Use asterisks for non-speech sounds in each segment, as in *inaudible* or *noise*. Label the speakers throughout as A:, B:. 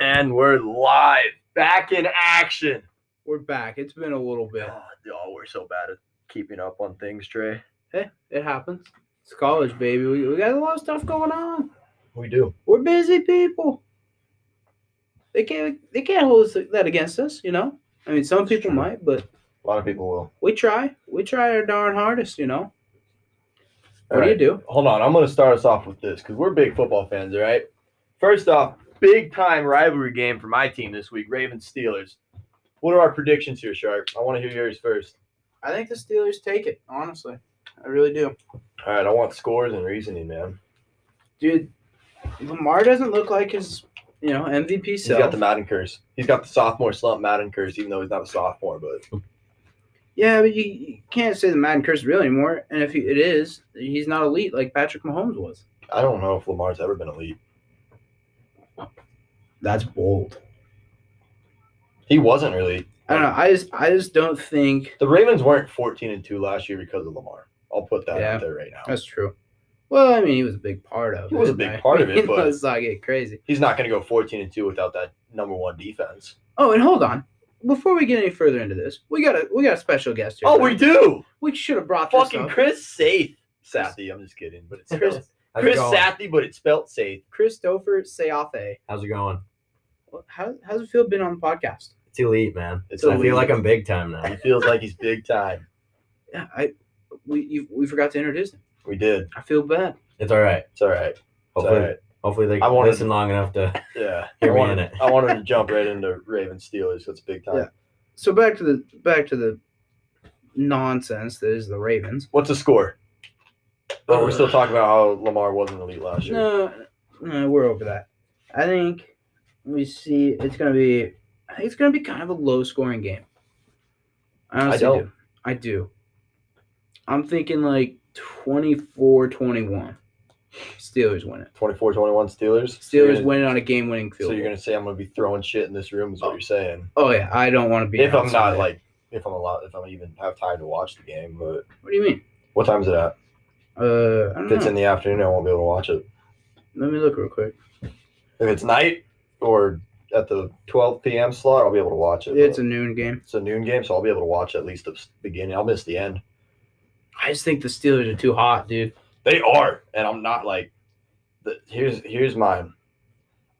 A: And we're live, back in action.
B: We're back. It's been a little bit.
A: Oh, oh, we're so bad at keeping up on things, Trey.
B: Hey, it happens. It's college, baby. We, we got a lot of stuff going on.
A: We do.
B: We're busy people. They can't they can't hold us, that against us, you know. I mean, some people
A: true.
B: might, but
A: A lot of people will.
B: we try. We try our darn hardest, you know.
A: All
B: what
A: right.
B: do you do?
A: Hold on. I'm going to start us off with this because we're big football fans, all right? First off, big time rivalry game for my team this week Ravens Steelers. What are our predictions here, Sharp? I want to hear yours first.
B: I think the Steelers take it. Honestly, I really do,
A: All right. I want scores and reasoning, man.
B: dude. Lamar doesn't look like his, you know, MVP
A: He's got
B: self.
A: the Madden curse. He's got the sophomore slump Madden curse, even though he's not a sophomore, but
B: yeah, but you, you can't say the Madden curse is real anymore. And if he, it is, he's not elite like Patrick Mahomes was.
A: I don't know if Lamar's ever been elite.
B: That's bold.
A: He wasn't really.
B: I don't know. I just I just don't think
A: The Ravens weren't 14 and 2 last year because of Lamar. I'll put that
B: Yeah.
A: out there right now.
B: that's true. Well, I mean, he was a big part of
A: He
B: it.
A: was a big part of
B: *laughs*
A: it, but-
B: let's not get crazy.
A: He's not going to go 14 and 2 without that number 1 defense.
B: Oh, and hold on. Before we get any further into this, we got a we got a special guest here.
A: Oh, we do.
B: we should have brought this
A: Fucking
B: up.
A: Chris Saith. Sathy, I'm just kidding, but it's Chris
C: How's
A: Chris
C: it going?
A: Sathy, but it's spelt Saith.
B: Christopher Seafe.
C: How's it going?
B: Well, How, how's it feel being on the podcast?
C: It's elite, man.
A: It's
C: I
A: elite.
C: feel like I'm big time now.
A: He feels like he's big time.
B: Yeah, I we you, we forgot to introduce him.
A: We did.
B: I feel bad.
C: It's all right.
A: It's all right. It's all
C: Hopefully,
A: right.
C: hopefully they
A: I
C: can
A: wanted-
C: listen long enough to.
A: Yeah.
C: Hear
A: I
C: me
A: wanted,
C: in it.
A: I wanted to jump right into Raven Steelers. That's big time.
B: Yeah. So back to the back to the nonsense that is the Ravens.
A: What's the score? Oh, we're still talking about how Lamar wasn't elite last year.
B: No, no, we're over that. I think we see it's gonna be. I think it's gonna be kind of a low scoring game. I honestly
A: don't.
B: do. I do. I'm thinking like 24-21. Steelers win it.
A: 24 21 Steelers. So you're
B: Steelers
A: gonna-
B: win it on a game winning field.
A: So you're
B: goal.
A: going to say I'm going to be throwing shit in this room, is what you're saying.
B: Oh yeah, I don't want to be.
A: if I'm
B: outside.
A: not like if I'm allowed if I'm even have time to watch the game, but
B: what do you mean?
A: what time is it at?
B: Uh, I don't
A: If it's
B: know.
A: in the afternoon, I won't be able to watch it.
B: Let me look real quick.
A: If it's night or at the 12 p.m. slot, I'll be able to watch it.
B: It's
A: but
B: a noon game.
A: it's a noon game, so I'll be able to watch at least the s- beginning. I'll miss the end.
B: I just think the Steelers are too hot, dude.
A: They are, and I'm not like. The, here's here's mine.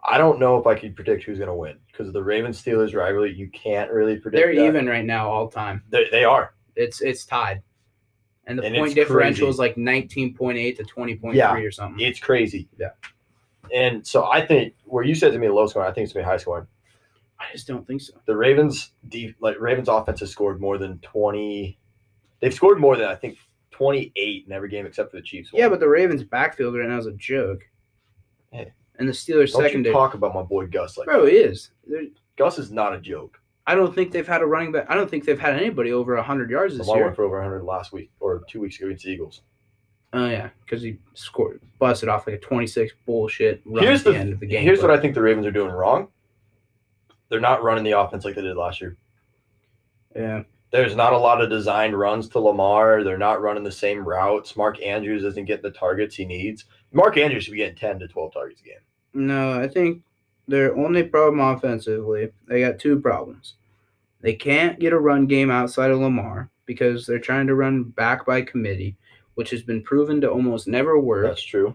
A: I don't know if I could predict who's going to win because the Ravens Steelers rivalry. You can't really predict.
B: They're
A: that.
B: even right now, all time.
A: They, they are.
B: It's it's tied. And the
A: And
B: point
A: it's
B: differential
A: crazy.
B: is like nineteen point eight to twenty point three
A: Yeah.
B: or something.
A: It's crazy.
B: Yeah.
A: And so I think where you said to me low scoring, I think it's going to be high scoring.
B: I just don't think so.
A: the Ravens de- like Ravens offense has scored more than 20 they've scored more than I think 28 in every game except for the Chiefs. one.
B: Yeah, but the Ravens backfield right now is a joke.
A: Hey.
B: And the Steelers
A: don't you
B: secondary
A: talk about my boy Gus like
B: bro it is. They're-
A: Gus is not a joke.
B: I don't think they've had a running back. I don't think they've had anybody over hundred yards this
A: Lamar
B: year.
A: went for over 100 last week or 2 weeks ago against the Eagles.
B: Oh yeah, because he scored busted off like a twenty six bullshit run
A: Here's
B: at the,
A: the-
B: end of the game.
A: Here's
B: but
A: what I think the Ravens are doing wrong. They're not running the offense like they did last year.
B: yeah.
A: There's not a lot of designed runs to Lamar. They're not running the same routes. Mark Andrews isn't getting the targets he needs. Mark Andrews should be getting 10 to 12 targets a game.
B: No, I think their only problem offensively, they got two problems. They can't get a run game outside of Lamar because they're trying to run back by committee, which has been proven to almost never work.
A: That's true.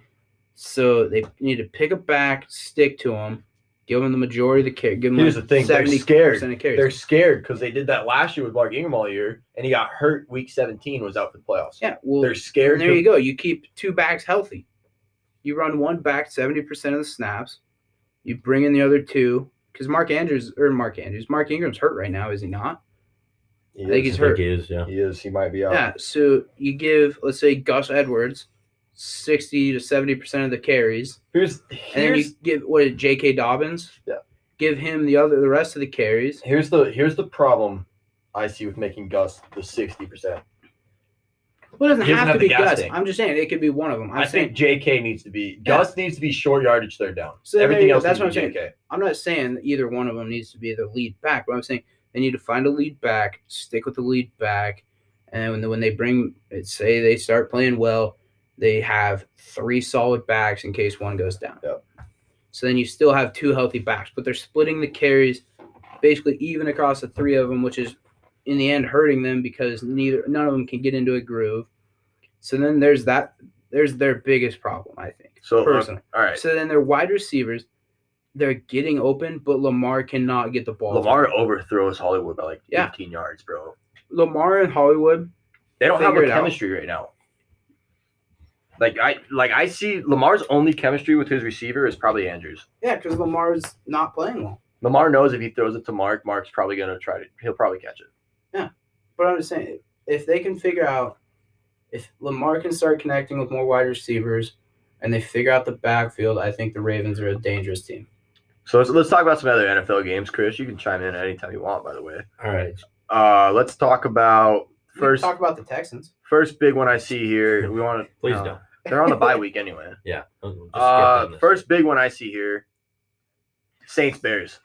B: So they need to pick a back, stick to him, give him the majority of the carry. Give him
A: Here's
B: like
A: the thing, they're
B: 70%
A: scared.
B: Of carries.
A: They're scared because they did that last year with Mark Ingram all year, and he got hurt week 17, was out for the playoffs.
B: yeah, well,
A: They're scared.
B: and there
A: to-
B: you go. You keep two backs healthy. You run one back 70% of the snaps. You bring in the other two because Mark Andrews, or Mark Andrews, Mark Ingram's hurt right now, is he not?
A: He
B: I think
A: is.
B: he's
C: I think
B: hurt.
C: he is, yeah.
A: He is. He might be out.
B: Yeah. So you give, let's say, Gus Edwards sixty to seventy percent of the carries,
A: Here's
B: and then you
A: here's,
B: give what is it, J.K. Dobbins.
A: Yeah.
B: Give him the other the rest of the carries.
A: here's the here's the problem I see with making Gus the 60 percent.
B: Well, it doesn't
A: He doesn't
B: have
A: have
B: to
A: the
B: be
A: gas
B: Gus.
A: tank.
B: I'm just saying it could be one of them. I'm
A: I
B: saying
A: think JK needs to be Gus needs to be short yardage third down.
B: So there
A: Everything
B: you go.
A: else
B: That's
A: needs
B: what
A: to
B: I'm
A: be JK.
B: I'm not saying that either one of them needs to be the lead back, but I'm saying they need to find a lead back, stick with the lead back, and when, when they bring, say they start playing well, they have three solid backs in case one goes down.
A: Yep.
B: So then you still have two healthy backs, but they're splitting the carries basically even across the three of them, which is in the end hurting them because neither none of them can get into a groove. So then there's that there's their biggest problem, I think.
A: So, um,
B: personally.
A: All right.
B: So then their wide receivers, they're getting open, but Lamar cannot get the ball. to
A: Lamar overthrows Hollywood by like
B: Yeah.
A: 15 yards, bro.
B: them. Lamar and Hollywood,
A: They don't
B: Figure
A: have
B: it
A: a
B: out.
A: chemistry right now. Like I like I see Lamar's only chemistry with his receiver is probably Andrews.
B: yeah, because Lamar's not playing well.
A: Lamar knows if he throws it to Mark, Mark's probably gonna try to he'll probably catch it.
B: But I'm just saying, if they can figure out, if Lamar can start connecting with more wide receivers, and they figure out the backfield, I think the Ravens are a dangerous team.
A: So let's, let's talk about some other NFL games, Chris. You can chime in anytime you want, by the way.
C: All right.
A: Uh, let's talk about
B: We can
A: first
B: talk about the Texans.
A: first big one I see
B: *laughs*
A: here. We want to
C: Please
A: no.
C: don't.
A: They're on the bye week anyway.
C: Yeah. we'll just skip
A: Uh,
C: on this.
A: first big one I see here. Saints Bears.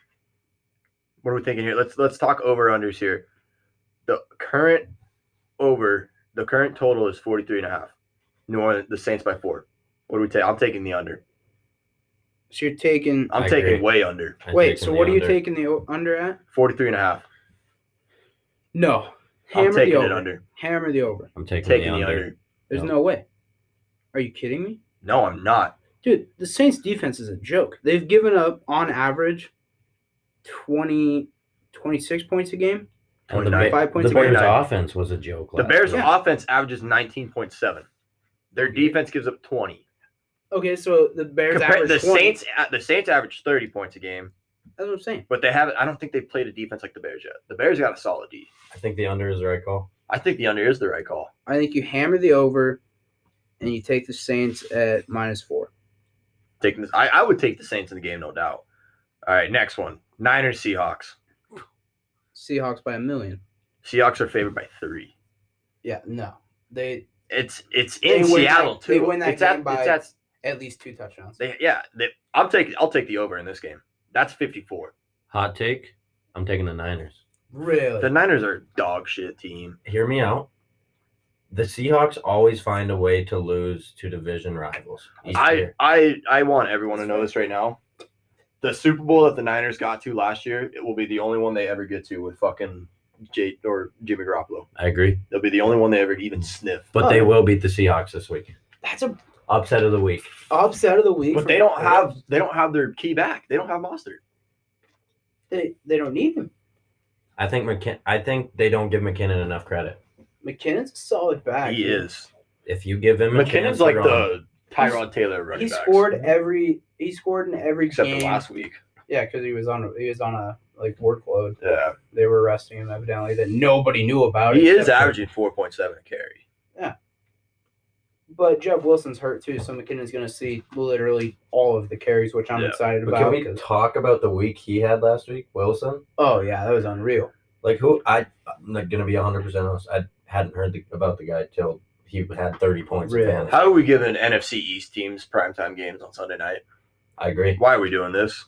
A: What are we thinking here? Let's let's talk over unders here. The current over the current total is 43 and a half. New Orleans the Saints by 4. What do we take? I'm taking the under.
B: So you're taking.
A: I'm
C: I
A: taking
C: agree.
A: way under.
C: I'm
B: wait,
C: taking
B: so
C: the
B: what are you
C: under.
B: taking the o- under at?
A: 43 and a half.
B: No,
A: I'm
B: hammer the
A: taking it
B: over.
A: under.
B: Hammer the over.
C: I'm taking,
A: Taking
C: the under.
B: There's
C: No.
B: no way. Are you kidding me?
A: No, I'm not.
B: Dude, the Saints defense is a joke. They've given up on average 20 26 points a game.
C: And the,
A: 29.
C: Ba-
B: Five points
C: the
B: a game.
C: Bears' offense was a joke.
A: The
C: last
A: Bears
C: year.
A: offense averages 19.7. Their defense gives up 20.
B: Okay, so the Bears
A: Compare-
B: average
A: the
B: 20.
A: Saints uh, the Saints average 30 points a game.
B: That's what I'm saying.
A: But they haven't. I don't think they've played a defense like the Bears yet. The Bears got a solid D.
C: I think the under is the right call.
A: I think the under is the right call.
B: I think you hammer the over and you take the Saints at minus 4.
A: Taking this, I, I would take the Saints in the game, no doubt. All right, next one: Niners Seahawks.
B: Seahawks by a million.
A: Seahawks are favored by three.
B: Yeah, no. They
A: It's it's
B: They
A: in
B: win that-
A: Seattle too.
B: they win that
A: it's
B: game
A: at,
B: by-
A: It's at,
B: at least two touchdowns.
A: they, yeah, they, I'm taking. I'll take the over in this game. That's 54.
C: Hot take. I'm taking the Niners.
B: really?
A: The Niners are a dog shit team.
C: Hear me out. The Seahawks always find a way to lose to division rivals. each
A: I
C: year.
A: I I want everyone to know this right now. The Super Bowl that the Niners got to last year, it will be the only one they ever get to with fucking Jay or Jimmy Garoppolo.
C: I agree.
A: They'll be the only one they ever even sniff.
C: But
B: Oh.
C: they will beat the Seahawks this week.
B: That's a
C: Upset of the week.
B: upset of the week.
A: But
B: for
A: they
B: the
A: don't have
B: Bears.
A: they don't have their key back. They don't have Mostert.
B: they, they don't need him.
C: I think McKin- I think they don't give McKinnon enough credit.
B: McKinnon's a solid back.
A: He
B: dude.
A: is.
C: If you give him a
A: McKinnon's
C: chance to
A: like
C: run-
A: the Tyrod Taylor of running
B: He
A: backs,
B: scored every he scored in every
A: except
B: game.
A: for last week.
B: Yeah, because he was on a, he was on a like workload.
A: Yeah,
B: They were arresting him evidently that nobody knew about.
A: he is
B: except for-
A: averaging four point seven a carry.
B: But Jeff Wilson's hurt too, so McKinnon's going to see literally all of the carries, which I'm
A: Yeah.
B: excited
C: But can
B: about.
C: we
B: because-
C: talk about the week he had last week, Wilson?
B: oh yeah, that was unreal.
C: Like who? I, I'm not gonna be 100 percent honest. I hadn't heard the, about the guy till he had 30 points. in
B: Really?
C: fantasy.
A: How are we giving NFC East teams primetime games on Sunday night?
C: I agree.
A: Why are we doing this?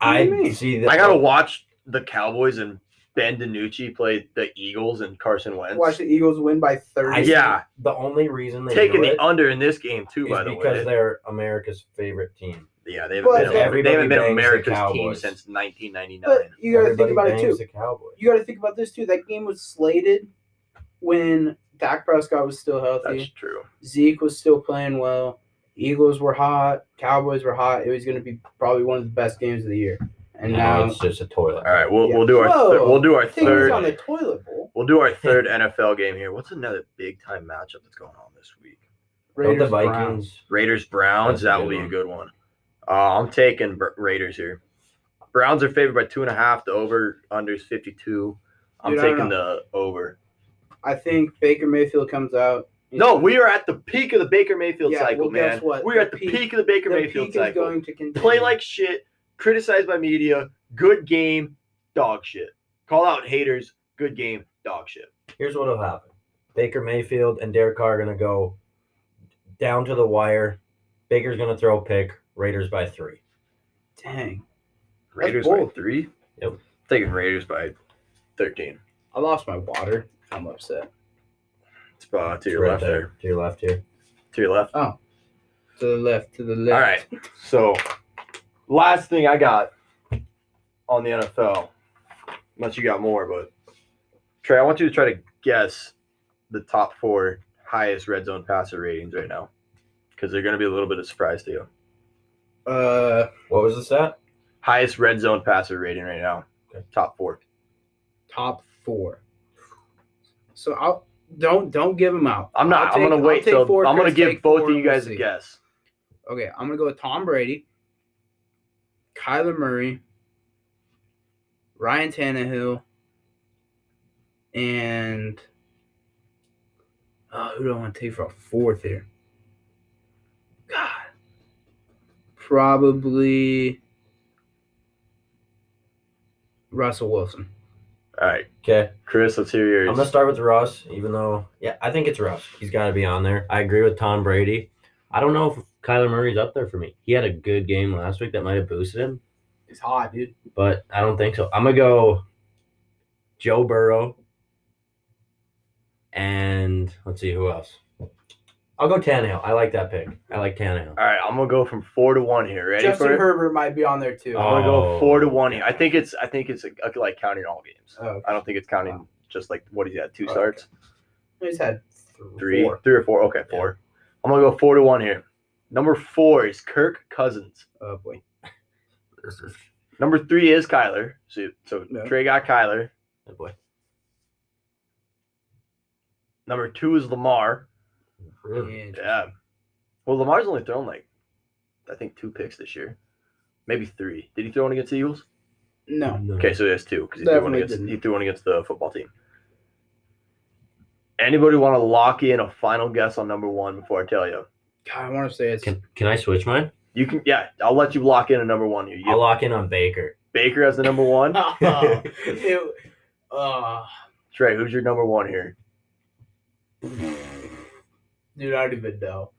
B: What do you
C: I
B: mean?
C: see that.
A: I gotta watch the Cowboys and Ben DiNucci play the Eagles and Carson Wentz.
B: Watch the Eagles win by
C: I
B: thirty.
C: see
A: Yeah.
C: The only reason they
A: Taking
C: do it
A: the under in this game too,
C: is
A: by the
C: because
A: way.
C: they're America's favorite team.
A: Yeah, they
B: But
A: haven't been,
C: everybody
A: they haven't been
C: bangs the
A: America's team
C: Cowboys.
A: since 1999.
B: But you got to think
C: Everybody
B: about it
C: bangs
B: too.
C: The Cowboys.
B: You got to think about this too. That game was slated when Dak Prescott was still healthy.
A: That's true.
B: Zeke was still playing well. Eagles were hot. Cowboys were hot. It was going to be probably one of the best games of the year. And now,
C: it's just a toilet.
A: All right, we'll
B: Yeah.
A: we'll do our thir-
B: Whoa.
A: we'll do our
B: things
A: third
B: on the toilet bowl.
A: we'll do
B: *laughs*
A: our third NFL game here. What's another big time matchup that's going on this week?
C: Don't the
B: Raiders, Browns.
C: Vikings.
A: Raiders Browns.
C: That's a
A: That
C: good
A: will be a
C: one.
A: good one. Uh, I'm taking Br- Raiders here. Browns are favored by two and a half. The over under is 52. I'm
B: Dude, I don't
A: taking the over.
B: I think Baker Mayfield comes out.
A: No, we are at the peak of the Baker Mayfield
B: Yeah,
A: cycle,
B: well,
A: man.
B: guess what?
A: We're
B: The
A: at the
B: peak-
A: peak, of the Baker
B: the
A: Mayfield
B: peak is
A: cycle.
B: going to continue.
A: Play like shit, criticized by media, good game, dog shit. Call out haters, good game, dog shit.
C: Here's what'll happen: Baker Mayfield and Derek Carr are gonna go down to the wire. Baker's gonna throw a pick. Raiders by three.
B: Dang,
A: Raiders by
B: bold.
A: three.
C: Yep.
A: Taking Raiders by thirteen.
B: I lost my water. I'm upset.
A: It's uh, to
C: It's
A: your
C: right
A: left there.
C: To your left here.
A: To your left.
B: To the left. To the left.
A: All right. So Last thing I got on the NFL, unless you got more, but Trey, I want you to try to guess the top four highest red zone passer ratings right now because they're going to be a little bit of surprise to you.
B: Uh,
C: What was the stat?
A: Highest red zone passer rating right now,
C: Okay.
A: top four.
B: top four. So I'll don't don't give them out.
A: I'm not.
B: I'll
A: I'm
B: take-
A: gonna
B: I'll
A: wait
B: take
A: till
B: four,
A: I'm gonna
B: Chris,
A: give
B: take
A: both of
B: four,
A: you
B: and we'll
A: guys a
B: see.
A: guess.
B: Okay, I'm gonna go with Tom Brady, Kyler Murray, Ryan Tannehill, and oh, who do I want to take for a fourth here? God, probably Russell Wilson.
A: All right,
C: Okay.
A: Chris, let's hear yours.
C: I'm gonna start with Russ, even though yeah, I think it's Russ. He's got to be on there. I agree with Tom Brady. I don't know if Kyler Murray's up there for me. He had a good game last week that might have boosted him,
B: It's hot, dude.
C: but I don't think so. I'm gonna go Joe Burrow, and let's see who else. I'll go Tannehill. I like that pick. I like Tannehill.
A: All right, I'm gonna go from four to one here. Ready
B: Justin
A: for it?
B: Herbert might be on there too.
A: I'm gonna
C: Oh.
A: go four to one here. I think it's. I think it's uh, like counting all games.
B: Oh,
A: I don't think it's counting just like what he's at two
B: Okay.
A: starts,
B: he's had
A: three,
B: four.
A: three or four. Okay, four. I'm gonna go four to one here. Number four is Kirk Cousins.
B: Oh boy.
A: Number three is Kyler. So, so
B: Yeah.
A: Trey got Kyler.
C: Oh boy,
A: Number two is Lamar.
C: really?
A: Yeah. Well, Lamar's only thrown like, I think two picks this year, maybe three. Did he throw one against the Eagles?
B: No.
C: No.
A: Okay, so he has two because he, threw one
B: Definitely
A: against
B: didn't.
A: he threw one against the football team. Anybody want to lock in a final guess on number one before I tell you?
B: God, I want to say it's
C: Can, can I switch mine?
A: You can, yeah, I'll let you lock in a number one here. You
C: I'll lock in on Baker.
A: Baker as the number
B: *laughs*
A: one.
B: Oh, it- oh.
A: Trey, who's your number one here?
B: dude, I don't even know.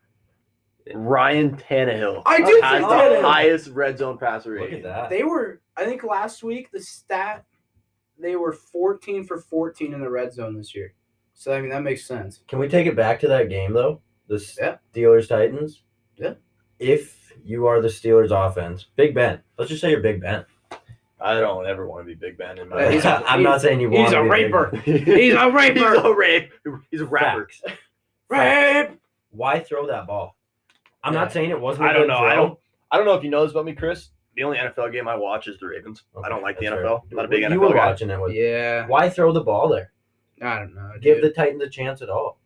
A: Ryan Tannehill.
B: I do
A: Has
B: think
A: the
B: Tannehill.
A: highest red zone passer
C: Look
A: rating.
C: at that.
B: They were, I think last week, the stat, they were 14 for 14 in the red zone this year. So, I mean, that makes sense.
C: Can we take it back to that game though? The
B: Yeah.
C: Steelers Titans.
B: Yeah.
C: If you are the Steelers offense, Big Ben. Let's just say you're Big Ben.
A: I don't ever want to be Big Ben in
B: Yeah, he's a-
C: *laughs* I'm not saying you want.
B: he's
C: to
B: a
C: be Big
B: raper.
C: Ben.
B: *laughs* He's
A: *laughs*
B: a
A: he's
B: raper.
A: a rape. He's a rapper.
C: Facts.
B: Rape!
C: Why throw that ball? I'm
B: Yeah.
C: not saying it wasn't. I
A: I don't know. I don't. I don't know if you know this about me, Chris. The only NFL game I watch is the Ravens. I don't like the NFL. Not a big
C: you
A: NFL
C: were
A: guy.
C: watching it with.
B: Yeah.
C: Why throw the ball there?
B: I don't know.
C: Give
B: dude.
C: the Titans a chance at all.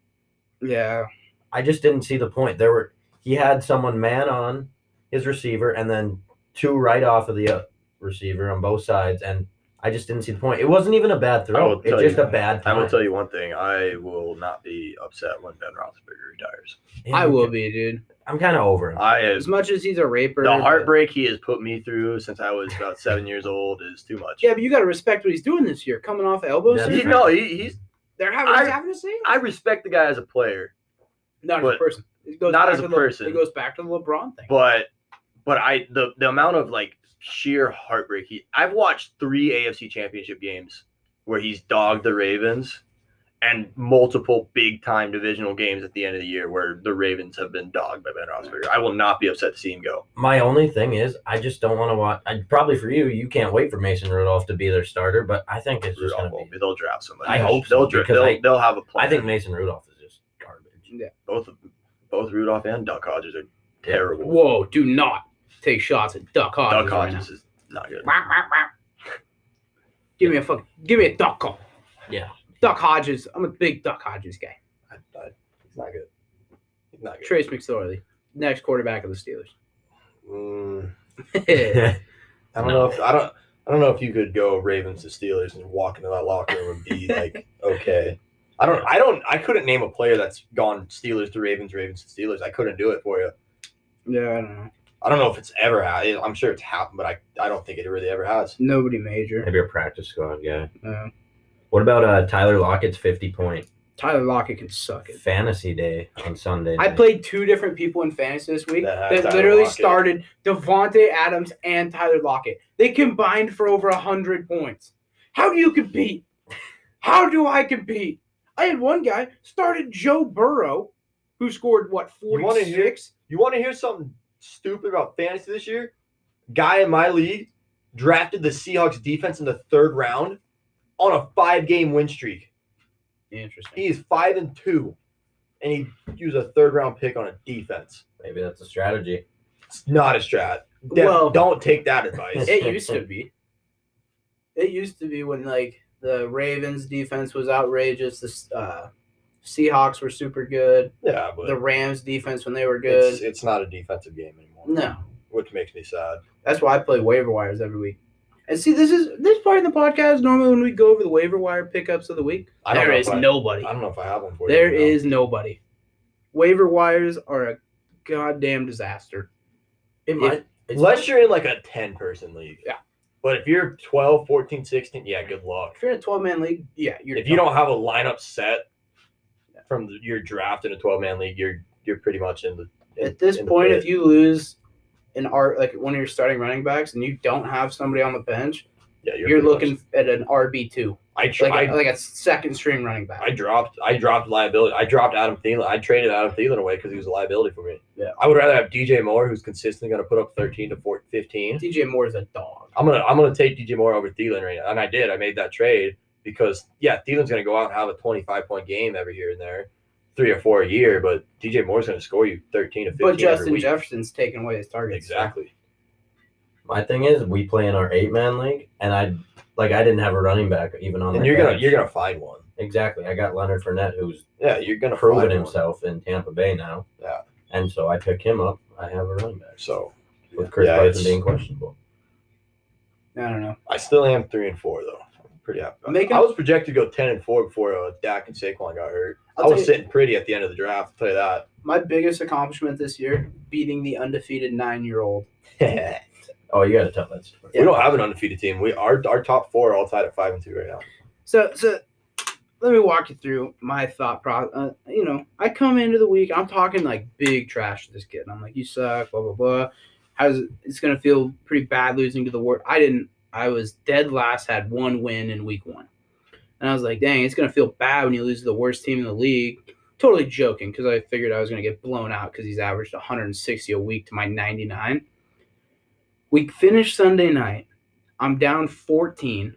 B: yeah.
C: I just didn't see the point. There were he had someone man on his receiver and then two right off of the uh, receiver on both sides, and I just didn't see the point. It wasn't even a bad
A: I
C: throw.
A: will
C: It's
A: tell
C: just
B: you-
C: a bad.
A: I
C: Time.
A: will tell you one thing. I will not be upset when Ben Roethlisberger retires.
B: I will be, dude.
C: I'm kind of over him.
A: I
B: As much as he's a raper.
A: the
B: but-
A: heartbreak he has put me through since I was about seven years old is too much.
B: Yeah, but you got to respect what he's doing this year. Coming off elbow
C: Yeah.
A: He-
B: surgery.
A: no, he, he's.
B: They're having,
A: I-
B: he's having a season.
A: I respect the guy as a player,
B: Not as a
A: But-
B: person. It goes
A: not
B: back
A: as a
B: to the-
A: person.
B: It goes back to the LeBron thing.
A: but but I the the amount of like sheer heartbreak he. I've watched three AFC Championship games where he's dogged the Ravens, and multiple big time divisional games at the end of the year where the Ravens have been dogged by Ben Roethlisberger. I will not be upset to see him go.
C: My only thing is, I just don't want to watch. I, probably for you, you can't wait for Mason Rudolph to be their starter, but I think it's just going
A: Rudolph
C: to
A: will
C: be.
A: be- They'll draft somebody.
C: I hope so,
A: they'll dra-
C: because
A: they'll,
C: I-
A: they'll have a plan.
C: I think Mason Rudolph is just garbage.
A: *laughs* both of- both Rudolph and Duck Hodges are terrible.
B: Whoa, do not take shots at Duck Hodges.
A: Duck
B: right
A: Hodges is not good.
B: now. Wah, wah, wah. Give me a fuck. Give me a Duck call.
C: Yeah.
B: Duck Hodges. I'm a big Duck Hodges guy.
A: I, I, he's not good. He's not good.
B: Trace McSorley, next quarterback of the *laughs*
A: Mm,
B: Steelers.
A: I don't know if I don't. I don't know if you could go Ravens to Steelers and walk into that locker room and
C: *laughs*
A: be like, okay. I don't. I don't. I couldn't name a player that's gone Steelers to Ravens, Ravens to Steelers. I couldn't do it for you.
B: yeah, I don't know.
A: I don't know if it's ever. ha- I'm sure it's happened, but I. I don't think it really ever has.
B: Nobody major.
C: Maybe a practice squad guy.
B: Uh,
C: What about uh, Tyler Lockett's 50 point
B: Tyler Lockett can suck it.
C: fantasy day on Sunday?
B: I
C: night?
B: played two different people in fantasy this week
A: That
B: that,
A: have Tyler
B: literally
A: Lockett.
B: started Devonte Adams and Tyler Lockett. They combined for over hundred points. How do you compete? How do I compete? I had one guy started Joe Burrow, who scored what
A: You wanna
B: forty
A: hear-
B: six.
A: You want to hear something stupid about fantasy this year? guy in my league drafted the Seahawks defense in the third round on a five game win streak.
B: Interesting.
A: He is five and two, and he used a third round pick on a defense.
D: Maybe that's a strategy.
A: It's not a strat. Def-
B: Well-
A: don't take that advice.
B: It used to be. It used to be when like the Ravens defense was outrageous. The S- uh, Seahawks were super good.
A: yeah, but
B: The Rams defense when they were good.
A: it's, it's not a defensive game anymore.
B: no,
A: Which makes me sad.
B: that's why I play waiver wires every week. And see, this is this part in the podcast. Normally, when we go over the waiver wire pickups of the week,
A: I don't
B: there
A: know
B: is
A: if I-
B: nobody.
A: I don't know if I have one for
B: There
A: you. right now.
B: is nobody. Waiver wires are a goddamn disaster.
D: It
A: might- Unless you're in like a 10 person league.
B: Yeah.
A: But if you're 12, 14, 16, yeah, good luck.
B: If you're in a 12 man league, yeah, you're
A: If you don't have a lineup set from the- your draft in a 12 man league, you're you're pretty much in the. in-
B: At this
A: in the
B: point,
A: pit.
B: if you lose an art like one of your starting running backs and you don't have somebody on the bench,
A: yeah,
B: you're,
A: pretty
B: looking
A: much-
B: at an RB two,
A: I, tr-
B: like
A: I,
B: a, like a second string running back.
A: I dropped I dropped liability. I dropped Adam Thielen. I traded Adam Thielen away because he was a liability for me.
B: Yeah.
A: I would rather have DJ Moore, who's consistently going to put up 13 to 14, 15.
B: DJ Moore is a dog.
A: I'm gonna I'm gonna take DJ Moore over Thielen right now, and I did. I made that trade because yeah, Thielen's gonna go out and have a 25 point game every here and there, three or four a year, but DJ Moore's gonna score you 13 to 15
B: But
A: every
B: Justin
A: week.
B: Jefferson's taking away his targets.
A: exactly.
D: My thing is, we play in our eight man league, and I like I didn't have a running back even on.
A: And
D: Oh my
A: you're gonna
D: bench.
A: you're gonna find one.
D: exactly. I got Leonard Fournette, who's
A: Yeah, you're gonna
D: proven
A: find
D: himself in Tampa Bay now.
A: Yeah.
D: and so I picked him up. I have a running back
A: One. So
D: with Chris
A: Yeah,
D: Carson
A: it's-
D: being questionable.
B: I don't know.
A: I still am three and four though. I'm pretty happy. about
B: Making-
A: it. I was projected to go 10 and four before uh, Dak and Saquon got hurt. I
B: I'll tell
A: was
B: you-
A: sitting pretty at the end of the draft. I'll tell you
D: *laughs*
A: that.
B: My biggest accomplishment this year: beating the undefeated nine year old.
D: Oh, you got to tell that story.
A: We don't have an undefeated team. We our our top four are all tied at five and two right now.
B: So, so let me walk you through my thought process. Uh, you know, I come into the week, I'm talking like big trash to this kid, and I'm like, "You suck," blah blah blah. How's it- it's gonna feel pretty bad losing to the word? I didn't. I was dead last, had one win in week one, and I was like, "Dang, it's gonna feel bad when you lose to the worst team in the league." Totally joking because I figured I was gonna get blown out because he's averaged 160 a week to my 99. We finished Sunday night. I'm down 14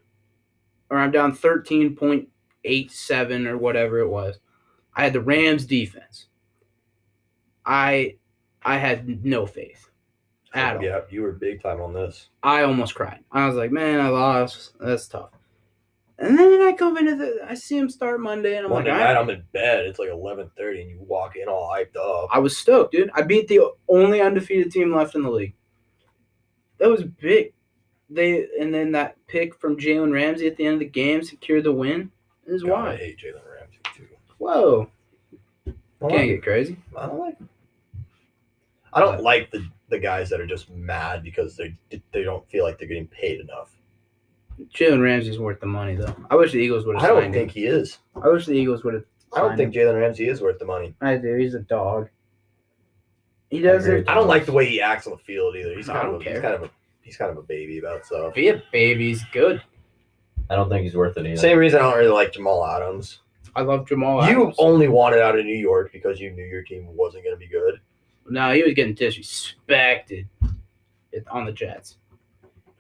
B: or I'm down 13.87 or whatever it was. I had the Rams defense. I I had no faith at all.
A: Yeah, you were big time on this.
B: I almost cried. I was like, man, I lost. That's tough. And then I come into the I see him start Monday and I'm
A: Monday
B: like,
A: night,
B: I,
A: I'm in bed. It's like 11:30, and you walk in all hyped up.
B: I was stoked, dude. I beat the only undefeated team left in the league. That was big. They and then that pick from Jalen Ramsey at the end of the game secured the win. Is
A: God, I
B: why.
A: hate Jalen Ramsey too.
B: Whoa.
A: I don't
B: Can't
A: like-
B: get crazy.
A: I don't like. I don't like the the guys that are just mad because they they don't feel like they're getting paid enough.
B: Jalen Ramsey's worth the money though. I wish the Eagles would have
A: I don't
B: signed
A: think
B: him.
A: he is.
B: I wish the Eagles would have.
A: I don't think Jalen Ramsey is worth the money.
B: I do. He's a dog. He
D: I
B: does
D: agree
B: it.
D: with
A: I don't like the way he acts on the field either. He's
B: Mm. I
A: kind of
B: don't
A: a, he's
B: care.
A: kind of a he's kind of a baby about stuff.
B: Be a baby's good.
D: I don't think he's worth it either.
A: Same reason I don't really like Jamal Adams.
B: I love Jamal.
A: you
B: Adams.
A: only wanted out of New York because you knew your team wasn't going to be good.
B: No, he was getting disrespected it- on the Jets.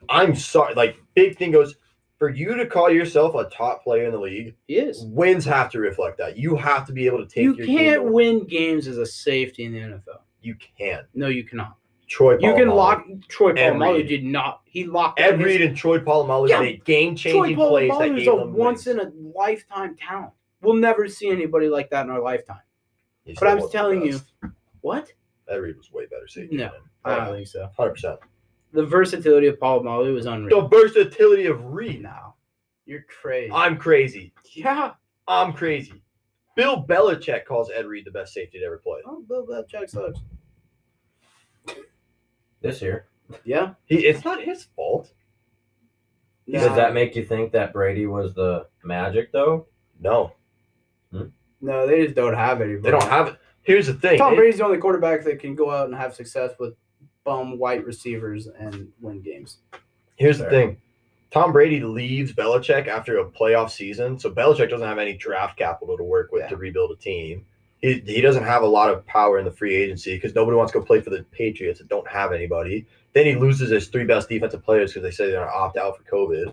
A: I'm sorry. Like big thing goes for you to call yourself a top player in the league.
B: He is.
A: Wins have to reflect that. You have to be able to take.
B: You
A: your
B: can't
A: Team.
B: win games as a safety in the NFL.
A: You can.
B: No, you cannot.
A: Troy.
B: You can
A: Polamalu.
B: lock Troy
A: Ed
B: Polamalu.
A: Reed.
B: Did not. He locked
A: Ed
B: his-
A: Reed and Troy Polamalu
B: Yeah,
A: made game
B: Troy
A: changing plays that
B: Polamalu is
A: gave
B: a
A: them
B: once in a lifetime talent. We'll never see anybody like that in our lifetime. But I'm telling you, what?
A: Ed Reed was way better safety.
B: No, I don't
A: hundred
B: think so.
A: percent.
B: The versatility of Polamalu is
A: The
B: unreal.
A: versatility of Reed.
B: now. You're crazy.
A: I'm crazy.
B: yeah.
A: I'm crazy. Bill Belichick calls Ed Reed the best safety to ever play.
B: Oh, Bill Belichick sucks.
D: this year.
B: Yeah.
A: He, it's not his fault.
D: Does that make you think that Brady was the magic though?
A: No,
B: no, they just don't have anybody.
A: they don't have it. Here's the thing.
B: Tom
A: It-
B: Brady's the only quarterback that can go out and have success with bum white receivers and win games.
A: Here's
D: Fair.
A: the thing. Tom Brady leaves Belichick after a playoff season, so Belichick doesn't have any draft capital to work with
B: Yeah.
A: to rebuild a team. He, he doesn't have a lot of power in the free agency because nobody wants to go play for the Patriots that don't have anybody. Then he loses his three best defensive players because they say they're going to opt out for COVID.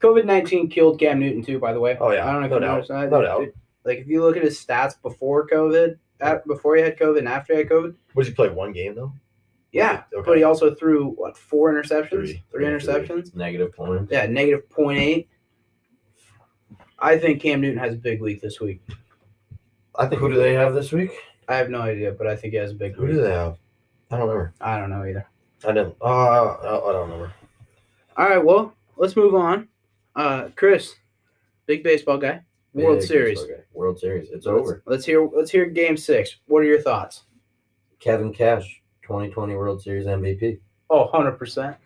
B: COVID nineteen killed Cam Newton too. By the way,
A: Oh, yeah.
B: I don't know if
A: No
B: you
A: doubt.
B: noticed that.
A: No doubt.
B: Like if you look at his stats before COVID, at, before he had COVID and after he had COVID,
A: Was he play one game though?
B: yeah.
A: Okay.
B: But he also threw what four interceptions, three,
A: Three. Yeah, three.
B: interceptions.
D: Negative point.
B: Yeah, negative point eight. I think Cam Newton has a big week this week.
A: I think
D: Who do they have this week?
B: I have no idea, but I think he has a big
A: Who
B: week.
A: do they have? I don't remember.
B: I don't know either.
A: I didn't. Uh, I I don't remember.
B: All right, well, let's move on. Uh, Chris, big baseball guy, World
D: Big
B: Series.
D: baseball game. World Series. It's
B: Let's-
D: over.
B: Let's hear. Let's hear Game Six. What are your thoughts?
D: Kevin Cash, 2020 World Series MVP.
B: Oh, 100 percent.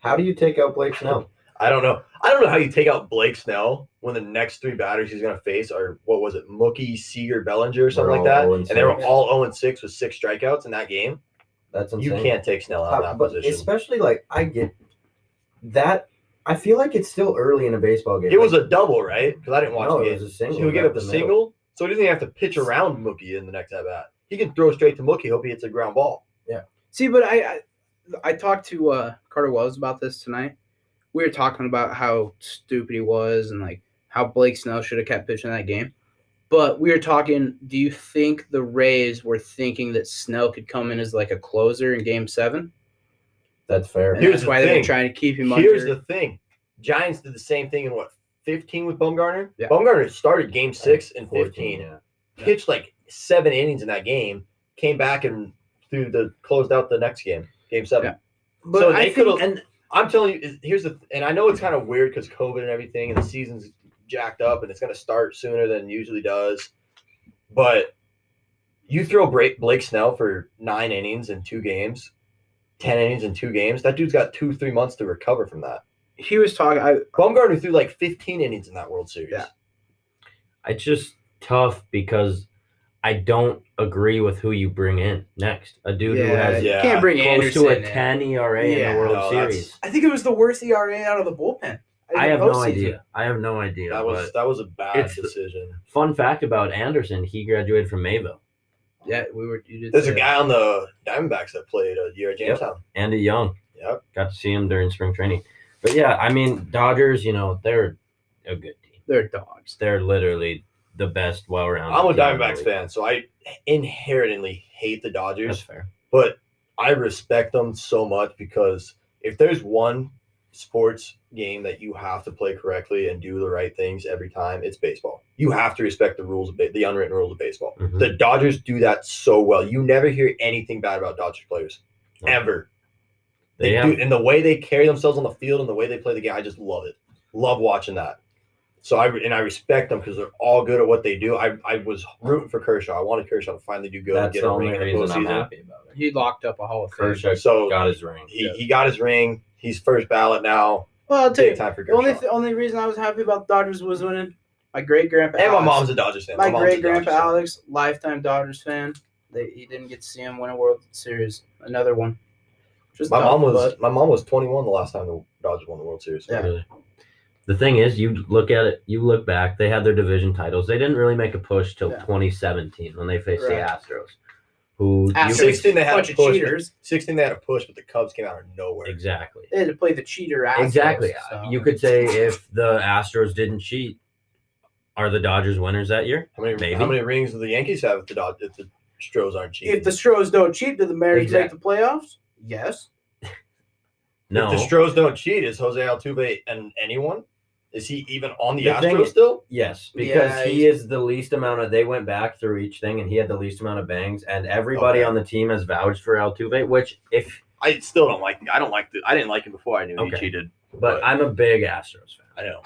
D: How do you take out Blake Snell?
A: I don't know. I don't know how you take out Blake Snell when the next three batters he's going to face are what was it, Mookie, Seager, Bellinger, or something
D: They're
A: like
D: all
A: that,
D: 0
A: and
D: and
A: they were
B: six.
A: all zero and six with six strikeouts in that game.
D: That's insane.
A: You can't take Snell out of
D: Uh,
A: that
D: but
A: position.
D: especially like I get that. I feel like it's still early in a baseball game.
A: It was
D: Like,
A: a double, right? Because I didn't watch
D: no,
A: the
D: it
A: game.
D: was a single.
A: He'll get
D: right
A: up the
D: in middle.
A: single, so he doesn't even have to pitch around Mookie in the next at bat. He can throw straight to Mookie. Hope he hits a ground ball.
B: See, but I, I I talked to uh, Carter Wells about this tonight. We were talking about how stupid he was and like how Blake Snell should have kept pitching that game. But we were talking. Do you think the Rays were thinking that Snell could come in as like a closer in Game Seven?
D: That's fair.
B: And
A: Here's
B: that's
A: the
B: why they're
A: thing.
B: trying to keep him.
A: Here's
B: under.
A: the thing: Giants did the same thing in what 15 with Bumgarner.
B: Yeah.
A: Bumgarner started Game Six and
D: 14,
A: 15.
D: Yeah.
A: pitched like seven innings in that game, came back and threw the closed out the next game, game seven.
B: Yeah. but
A: so
B: I
A: they
B: think-
A: could have. And I'm telling you, is- here's the. And I know it's kind of weird because COVID and everything, and the season's jacked up, and it's going to start sooner than it usually does. But you throw Bra- Blake Snell for nine innings in two games, ten innings in two games. That dude's got two, three months to recover from that.
B: he was talking. I,
A: Bumgarner threw like 15 innings in that World Series.
B: Yeah.
C: It's just tough because I don't agree with who you bring in next. A dude who
B: yeah,
C: has
A: it.
B: you
A: Yeah.
B: can't bring
C: close
B: Anderson
C: to a
B: in.
C: ten ERA in
B: Yeah.
C: the World
A: No, that's-
C: Series.
B: I think it was the worst ERA out of the bullpen.
C: I have no
B: Postseason.
C: idea. I have no idea.
A: That was
C: but
A: that was a bad
C: it's the-
A: decision.
C: fun fact about Anderson: he graduated from Mayville.
B: Yeah, we were. You did
A: There's a
B: say
A: guy on the Diamondbacks that played a year at Jamestown.
C: Andy Young.
A: Yep.
C: Got to see him during spring training. But yeah, I mean, Dodgers. You know, they're a good team.
B: that. They're dogs.
C: They're literally the best, well-rounded.
A: I'm a
C: team in the
A: Diamondbacks
C: league.
A: fan, so I inherently hate the
C: That's
A: Dodgers,
C: fair.
A: but I respect them so much because if there's one sports game that you have to play correctly and do the right things every time, it's baseball. You have to respect the rules of ba- the unwritten rules of baseball.
C: Mhm.
A: The Dodgers do that so well. You never hear anything bad about Dodgers players
C: No.
A: ever.
C: They
A: They
C: have
A: do, and the way they carry themselves on the field and the way they play the game, I just love it. Love watching that. So I and I respect them because they're all good at what they do. I, I was rooting for Kershaw. I wanted Kershaw to finally do good and
C: That's
A: get
C: the
A: a ring
C: only
A: in the
C: reason I'm
A: postseason.
C: happy about it.
B: He locked up a Hall of Fame.
C: Kershaw
A: So
C: got his ring.
A: he, he got his ring. He's first ballot now.
B: Well, I'll tell
A: Big
B: you,
A: time for
B: the only
A: Kershaw.
B: th- only reason I was happy about the Dodgers was winning. My great grandpa
A: and my
B: Alex-
A: mom's a Dodgers fan.
B: my
A: mom's a
B: great grandpa
A: Dodgers fan.
B: Alex, lifetime Dodgers fan. They, he didn't get to see him win a World Series. Another one. Just
A: My mom was my mom was 21 the last time the Dodgers won the World Series.
B: Yeah.
C: Really. The thing is, you look at it, you look back, they had their division titles. They didn't really make a push till
B: Yeah.
C: 2017 when they faced
B: Right.
C: the Astros, who
B: Astros.
C: you-
A: 16 they had
B: bunch
A: to
B: of
A: push.
B: cheaters.
A: 16 they had a push, but the Cubs came out of nowhere.
C: exactly.
B: They had to play the cheater. Astros,
C: Exactly.
B: so-
C: You could say if the Astros didn't cheat, are the Dodgers winners that year?
A: How many
C: Maybe.
A: how many rings do the Yankees have if the Dod- if the Stros aren't cheating?
B: If the Stros don't cheat, do the Mariners
C: Exact-
B: make the playoffs? Yes.
C: No.
A: If the Stros don't cheat, is Jose Altuve and anyone? Is he even on the,
C: The thing
A: Astros
C: is-
A: still?
C: yes, because
B: Yeah,
C: he is the least amount of. They went back through each thing, and he had the least amount of bangs. And everybody
A: Okay.
C: on the team has vouched for Altuve, which if.
A: I still don't like. I don't like. The, I didn't like him before I knew
C: Okay.
A: he cheated.
C: But I'm a big Astros fan.
A: I know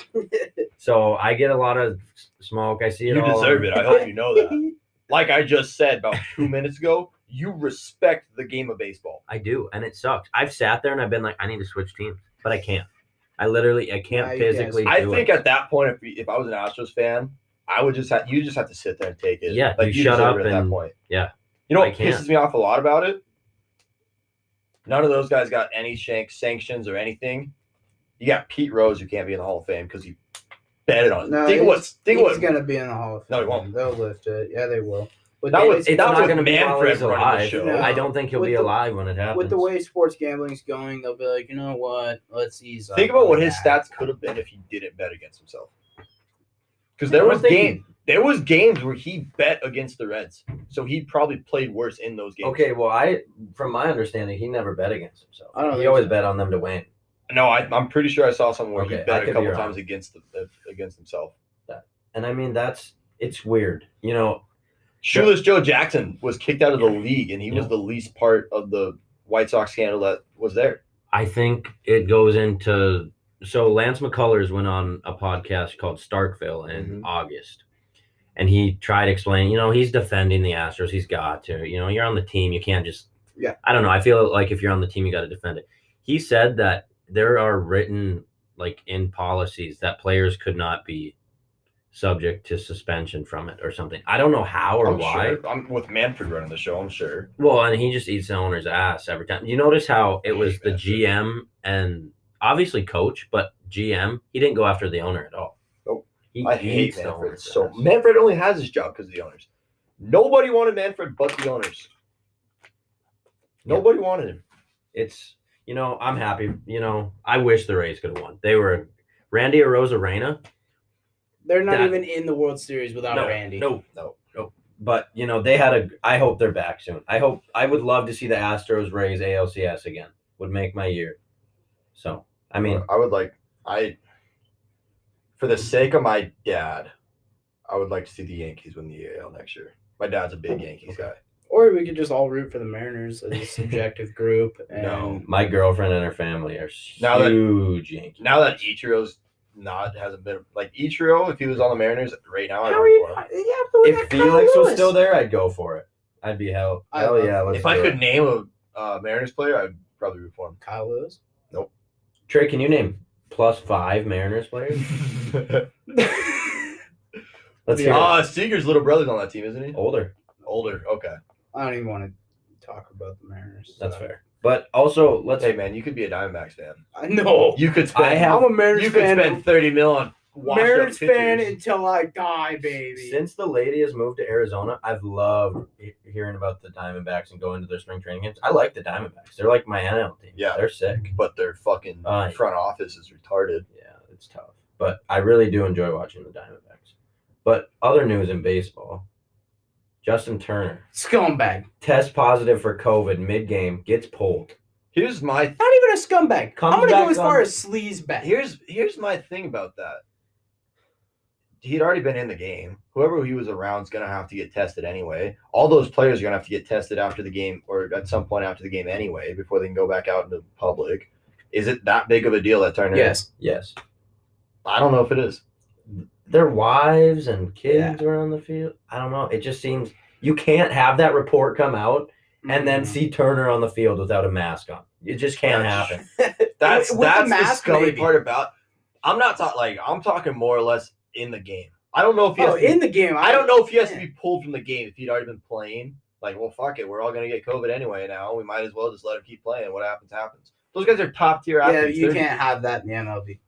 C: So I get a lot of s- smoke. I see it
A: you
C: all.
A: deserve it. I
C: *laughs*
A: hope you know that. Like I just said about two minutes ago, you respect the game of baseball.
C: I do, and it sucks. I've sat there and I've been like, I need to switch teams, but I can't. I literally, I can't
B: Yeah, you can't.
C: physically.
A: I
C: do
A: think
C: it.
A: at that point, if, if I was an Astros fan, I would just have you just have to sit there and take it.
C: Yeah,
A: like
C: you shut
A: deserve
C: up
A: it at
C: and-
A: that point.
C: yeah.
A: you know
C: I
A: what
C: can't.
A: pisses me off a lot about it. None of those guys got any shank sanctions or anything. You got Pete Rose who can't be in the Hall of Fame because he betted on it.
B: No,
A: think
B: he's-
A: what? Think
B: he's
A: what?
B: gonna be in the Hall of Fame.
A: No, he won't.
B: They'll lift it. Yeah, they will. With
D: That
B: the-
D: was- that
C: it's not
D: was
C: going to be while
A: Manfred
C: he's
A: running the
C: alive.
A: show.
B: No.
C: I don't think he'll
B: With
C: be
B: the-
C: alive when it happens.
B: with the way sports gambling's going, they'll be like, you know what? Let's ease up.
A: Think about
B: on
A: what his
B: that."
A: stats could have been if he didn't bet against himself. Because
C: I
A: there
C: don't
A: was
C: think he-
A: game, there was games where he bet against the Reds, so he probably played worse in those games.
D: Okay, well, I from my understanding, he never bet against himself.
B: I don't
D: he
B: think
D: always
B: so.
D: bet on them to win.
A: No, I, I'm pretty sure I saw somewhere
D: Okay,
A: he
D: I
A: bet
D: could
A: a
D: be
A: couple
D: wrong.
A: times against the, uh, against himself.
D: And I mean, that's it's weird. You know,
A: Shoeless Joe Jackson was kicked out of the league, and he was
C: Yeah.
A: the least part of the White Sox scandal that was there.
C: I think it goes into so Lance McCullers went on a podcast called Starkville
A: Mhm.
C: in August. And he tried to explain, you know, he's defending the Astros. He's got to. You know, you're on the team. You can't just
B: Yeah.
C: I don't know. I feel like if you're on the team, you gotta defend it. He said that there are written like in policies that players could not be subject to suspension from it or something. I don't know how or
A: I'm
C: why.
A: Oh, sure. I'm with Manfred running the show. I'm sure.
C: Well, and he just eats the owner's ass every time. You notice how it was the
A: Bastard.
C: GM and obviously coach, but GM, he didn't go after the owner at all.
A: Nope.
C: He
A: I hate
C: eats the
A: Manfred
C: owner's
A: so.
C: ass.
A: Manfred only has his job because of the owners. Nobody wanted Manfred but the owners. Nobody wanted him.
C: It's you know, I'm happy. You know, I wish the Rays could have won. They were Randy or Rosarena.
B: They're not
C: that-
B: even in the World Series without
C: no,
B: Randy.
C: No,
A: No.
C: but you know, they had a I hope they're back soon. I hope I would love to see the Astros Rays ALCS again. Would make my year. So I mean
A: I would like I for the sake of my dad, I would like to see the Yankees win the AL next year. My dad's a
B: Oh,
A: big Yankees guy.
B: Or we could just all root for the Mariners as a subjective group. And
A: No.
C: my girlfriend and her family are
A: Now that-
C: huge Yankees.
A: Now that Ichirio's not hasn't been like Ichiro, if he was on the Mariners right now, I'd
B: How
A: root
B: are you?
A: for him.
B: not- Yeah, but we
C: if
B: got Kyle
C: Felix was
B: Lewis.
C: still there, I'd go for it. I'd be hell.
B: I
C: hell
B: love
C: yeah.
B: Felix.
C: Let's
A: If I
C: do
A: could
C: it.
A: name a uh, Mariners player, I'd probably root for him.
B: Kyle Lewis.
C: Trey, can you name plus five Mariners players?
A: *laughs*
B: *laughs*
C: Let's hear
A: Ah, Seager's little brother's on that team, isn't he?
C: it. Older.
A: Older, okay.
B: I don't even want to talk about the Mariners.
C: That's
B: so.
C: fair. But also, let's.
A: Hey man, you could be a Diamondbacks fan.
B: I know.
A: You could spend
C: I have-
B: I'm a Mariners
A: you could
B: fan.
A: spend thirty mil on washed up
B: Mariners fan
A: pitchers.
B: until I die, baby.
C: Since the lady has moved to Arizona, I've loved he- hearing about the Diamondbacks and going to their spring training games. I like the Diamondbacks. They're like my NL team.
A: Yeah.
C: They're sick.
A: but their fucking
C: Aye.
A: front office is retarded.
C: Yeah, it's tough. But I really do enjoy watching the Diamondbacks. But other news in baseball Justin Turner,
B: scumbag.
C: test positive for COVID mid game, gets pulled.
A: Here's my
B: Not even a scumbag.
C: Comes
B: I'm gonna go
C: back
B: as far
C: on-
B: as sleazebag.
A: here's here's my thing about that. He'd already been in the game. Whoever he was around's gonna have to get tested anyway. All those players are gonna have to get tested after the game or at some point after the game anyway before they can go back out into the public. Is it that big of a deal that Turner?
B: yes.
C: Yes.
A: I don't know if it is.
C: their wives and kids were on the field. I don't know. It just seems you can't have that report come out and
B: Mm-hmm.
C: then see Turner on the field without a mask on. It just can't
A: That's-
C: happen.
A: That's
B: With- with
A: that's
B: the
A: the,
B: mask,
A: scummy
B: maybe.
A: part about. I'm not talking like I'm talking more or less in the game. I don't know if he has
B: Oh,
A: to be-
B: in the game.
A: I don't know if he has to be pulled from the game if he'd already been playing. Like, well, fuck it, we're all gonna get COVID anyway. Now we might as well just let him keep playing. What happens, happens. Those guys are top tier
B: Yeah,
A: athletes.
B: you
A: They're-
B: can't have that in the MLB.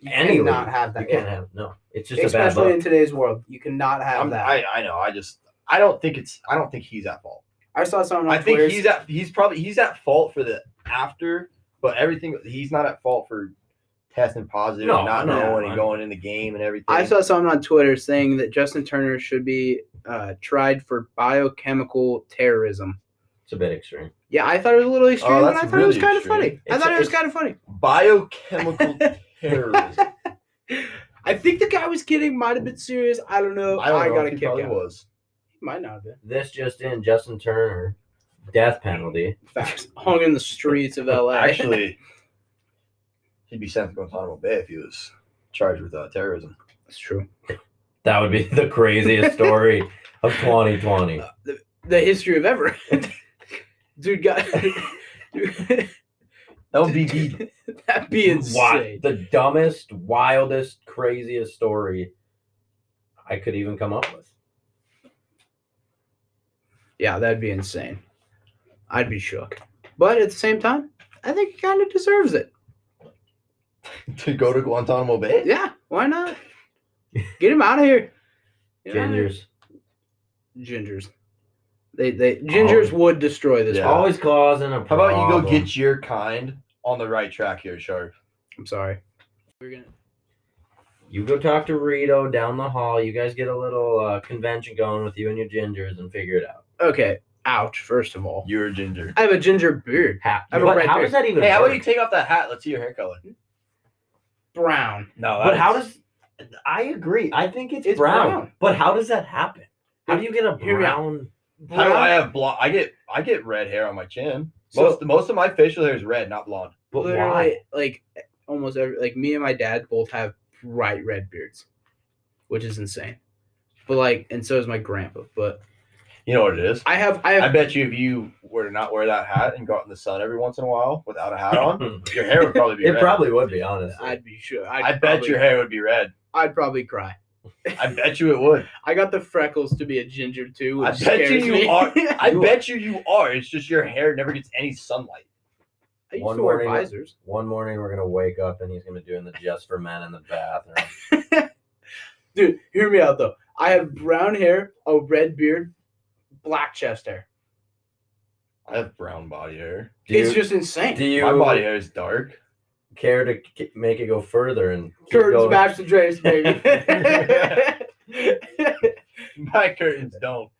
B: You
C: Any league.
B: cannot have
C: You
B: that.
C: can't have no. It's just a bad
B: Especially
C: look.
B: in today's world, you cannot have
A: I'm-
B: that.
A: I, I know. I just I don't think it's I don't think he's at fault.
B: I saw someone on
A: I think
B: Twitter-
A: he's at he's probably he's at fault for the after, but everything he's not at fault for testing positive
C: No,
A: and not
C: no,
A: knowing
C: I-
A: and going in the game and everything.
B: I saw someone on Twitter saying that Justin Turner should be uh, tried for biochemical terrorism.
C: It's a bit extreme.
B: Yeah, I thought it was a little extreme,
A: Oh, that's
B: and I thought it was
A: really
B: kind
A: extreme.
B: of funny. I
C: It's-
B: thought it was
C: it's-
B: kind of funny. *laughs*
A: biochemical terrorism.
B: I think the guy was kidding, might have been serious. I don't know.
A: I
B: I,
A: don't know.
B: got
A: if
B: a
A: he
B: kick out.
A: probably
B: of it.
A: was.
B: Might not have been.
C: This just in: Justin Turner, death penalty.
B: Facts. Hung in the streets of LA.
A: *laughs* Actually, he'd be sent to Guantanamo Bay if he was charged with uh, terrorism.
B: that's true.
C: That would be *laughs* the craziest story of 2020.
B: The history of ever. *laughs* Dude got. *laughs* Dude,
A: That would be *laughs* the
B: that'd be
C: Wi-
B: insane.
C: the dumbest, wildest, craziest story I could even come up with.
B: Yeah, that'd be insane. I'd be shook. But at the same time, I think he kind of deserves it.
A: to go to Guantanamo Bay.
B: Yeah, why not? Get him out of here. Get him outta here.
C: Gingers.
B: Gingers. They they gingers would destroy this.
A: Yeah.
B: ball.
C: Always causing a
A: How
C: problem.
A: about you go get your kind on the right track here, Sharp?
B: I'm sorry. We're gonna
C: You go talk to Rito down the hall. You guys get a little uh, convention going with you and your gingers and figure it out.
B: okay. Ouch. First of all,
A: You're a ginger.
B: I have a ginger beard,
C: How,
B: I have a
C: what-
B: red
C: how
B: beard.
C: does that even
A: Hey, how about
C: work?
A: you take off that hat? Let's see your hair color.
B: brown.
A: No,
C: but how does I agree. I think it's,
B: It's
C: brown,
B: brown.
C: But how does that happen? How do you get a
B: Here we are.
C: brown?
A: how do
B: Brown-
A: I have blonde? I get I get red hair on my chin.
B: So-
A: most most of my facial hair is red, not blonde.
C: But
B: literally
C: why?
B: like almost every like me and my dad both have bright red beards, which is insane. But like, and so is my grandpa. But
A: You know what it is?
B: I have I
A: I *laughs*
B: have
A: bet you if you were to not wear that hat and go out in the sun every once in a while without a hat on, your hair would *laughs* probably be
C: it
A: red.
C: probably would be honest.
B: I'd be sure. I'd
A: Hmm. I bet
B: probably-
A: your hair would be red.
B: I'd probably cry.
A: I bet you it would.
B: I got the freckles to be a ginger too. Which
A: I bet you
B: scares
A: you
B: me. *laughs*
A: are. I
C: You
A: bet you you are. It's just your hair never gets any sunlight.
B: I used
C: One
B: to wear
C: morning-
B: visors.
C: One morning we're gonna wake up and he's gonna be doing the just for men in the
A: *laughs*
C: bathroom.
B: Dude, hear me out though. I have brown hair, a red beard, black chest hair.
A: I have brown body hair.
C: Do
B: it's
C: you,
B: just insane.
C: do you
A: My body hair is dark. *laughs*
C: care to k- make it go further and keep
B: Curtains
C: going?
B: back to drapes,
A: *laughs*
B: *laughs* baby.
A: My curtains don't.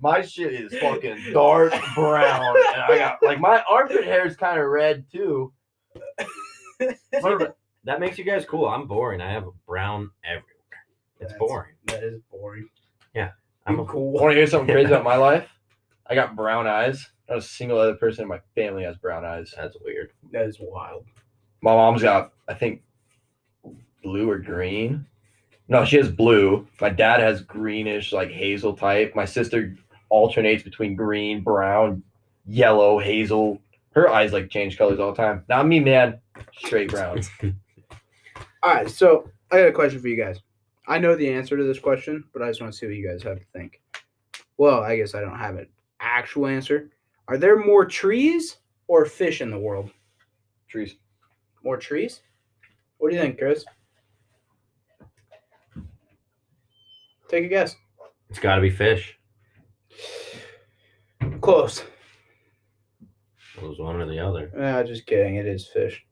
A: My shit is fucking dark brown, and I got like my armpit hair is kind of red too.
C: What- that makes you guys cool. I'm boring. I have brown everywhere. It's
B: That's-
C: boring.
B: That is boring.
C: I'm a
A: Want to hear something crazy about my life? I got brown eyes. Not a single other person in my family has brown eyes.
C: That's weird.
B: That is wild.
A: My mom's got, I think, blue or green. No, she has blue. My dad has greenish, like hazel type. My sister alternates between green, brown, yellow, hazel. Her eyes like change colors all the time. Not me, man. Straight brown.
B: All right, so I got a question for you guys. I know the answer to this question, but I just want to see what you guys have to think. Well, I guess I don't have an actual answer. Are there more trees or fish in the world?
A: Trees.
B: More trees? What do you think, Chris? Take a guess.
C: It's got to be fish.
B: Close.
C: It was one or the other.
B: No, just kidding. It is fish.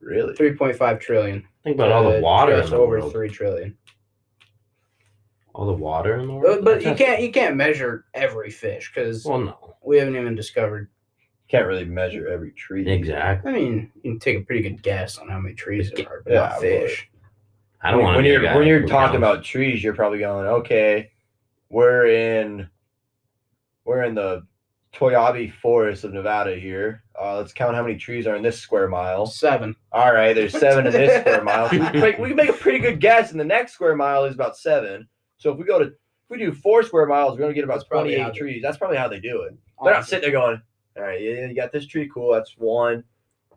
A: Really?
B: 3.5 trillion.
C: Think about all the
B: Uh,
C: water in
B: just
C: the
B: over
C: world.
B: 3 trillion.
C: All the water
A: Uh,
C: in the
B: But,
C: world.
B: but you
C: That's-
B: can't you can't measure every fish cuz
C: Well, no.
B: we haven't even discovered
A: Can't really measure every tree.
C: Exactly.
B: I mean, you can take a pretty good guess on how many trees there are, but
A: Yeah, I
B: not fish.
C: I don't want to.
A: when you're when you're talking about trees, you're probably going, okay, we're in we're in the Toyabe Forest of Nevada here. Uh, let's count how many trees are in this square mile.
B: Seven.
A: All right, *laughs* there's seven in this square *laughs* mile. So we, can make, we can make a pretty good guess, and the next square mile is about seven. So if we go to if we do four square miles, we're gonna get about
B: That's probably
A: twenty
B: how
A: eight
B: they-
A: trees. That's probably how they do it. They're not
B: Honestly.
A: sitting there going, all right, yeah, you got this tree, cool. That's one.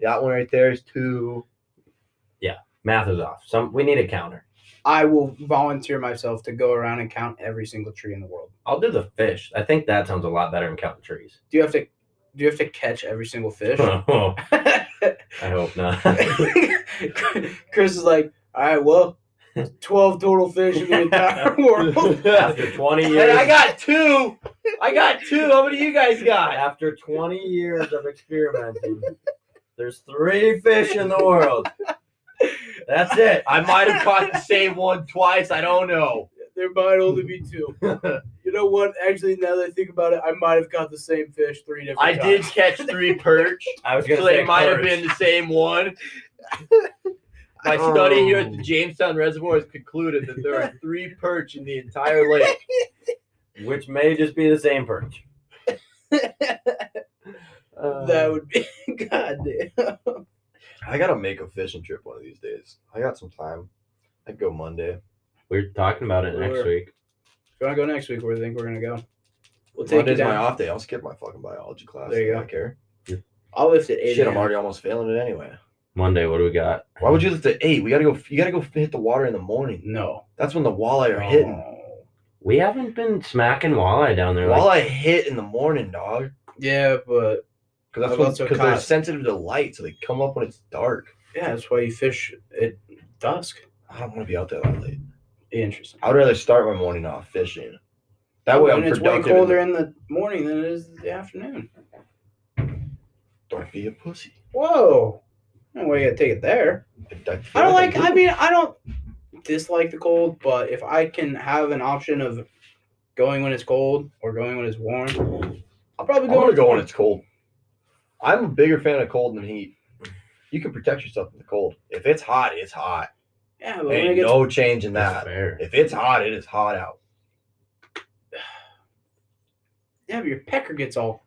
A: That one right there is two.
C: *laughs*
A: *laughs*
C: math is off. Some we need a counter.
B: I will volunteer myself to go around and count every single tree in the world.
C: I'll do the fish. I think that sounds a lot better than counting trees. *laughs*
B: Do you have to do you have to catch every single fish?
C: I hope
A: *laughs*
C: not.
B: *laughs* Chris is like, all right, well, twelve total fish in the
A: *laughs*
B: entire world.
C: After 20
A: And I *laughs*
C: years,
A: got two. I got two. How many you guys got?
C: after 20 years of experimenting, there's three fish in the world. That's it.
A: I might have caught the same one twice. I don't know.
B: There might only be
A: *laughs*
B: two. You know what? Actually, now that I think about it, I might have caught the same fish three different
A: I
B: times.
A: did catch three perch,
C: I was gonna
A: so
C: say
A: they might have
C: perch.
A: been the same one. My study here at the Jamestown Reservoir has concluded that there are three perch in the entire lake.
C: which may just be the same perch.
B: Uh, That would be *laughs* goddamn.
A: I gotta make a fishing trip one of these days. I got some time. I'd go Monday.
C: We're talking about it next
B: Sure.
C: week.
B: If you want to go next week, where do you think we're gonna go? We'll take you
A: Monday's my
B: down.
A: off day. I'll skip my fucking biology class.
B: There you
A: I
B: go.
A: don't care.
B: I'll lift at eight.
A: Shit, I'm
B: a.m.
A: already almost failing it anyway.
C: Monday, what do we got?
A: Why would you lift at eight? We gotta go. You gotta go hit the water in the morning.
B: No. Oh.
A: That's when the walleye
C: Oh,
A: are hitting.
C: We haven't been smacking walleye down there. Like,
A: Walleye hit in the morning, dog.
B: Yeah, but
A: Because
B: I've
A: that's
B: also
A: because they're
B: caught-
A: sensitive to light, so they come up when it's dark.
B: yeah, that's why you fish at dusk.
A: I don't want to be out there that late.
B: Interesting.
A: I would rather start my morning off fishing. That way I'm
B: and it's way
A: productive. in
B: colder
A: the-
B: in the morning than it is in the afternoon.
A: Don't be a pussy.
B: Whoa. No way I gotta take it there.
A: I, I feel
B: I don't like
A: I
B: I mean I don't dislike the cold, but if I can have an option of going when it's cold or going when it's warm, I'll probably
A: am
B: go
A: going to go when it's cold. I'm a bigger fan of cold than heat. You can protect yourself in the cold. If it's hot, it's hot.
B: Yeah, but when it
A: Ain't
B: gets
A: no change in
C: That's
A: that.
C: fair.
A: If it's hot, it is hot out.
B: yeah, but your pecker gets all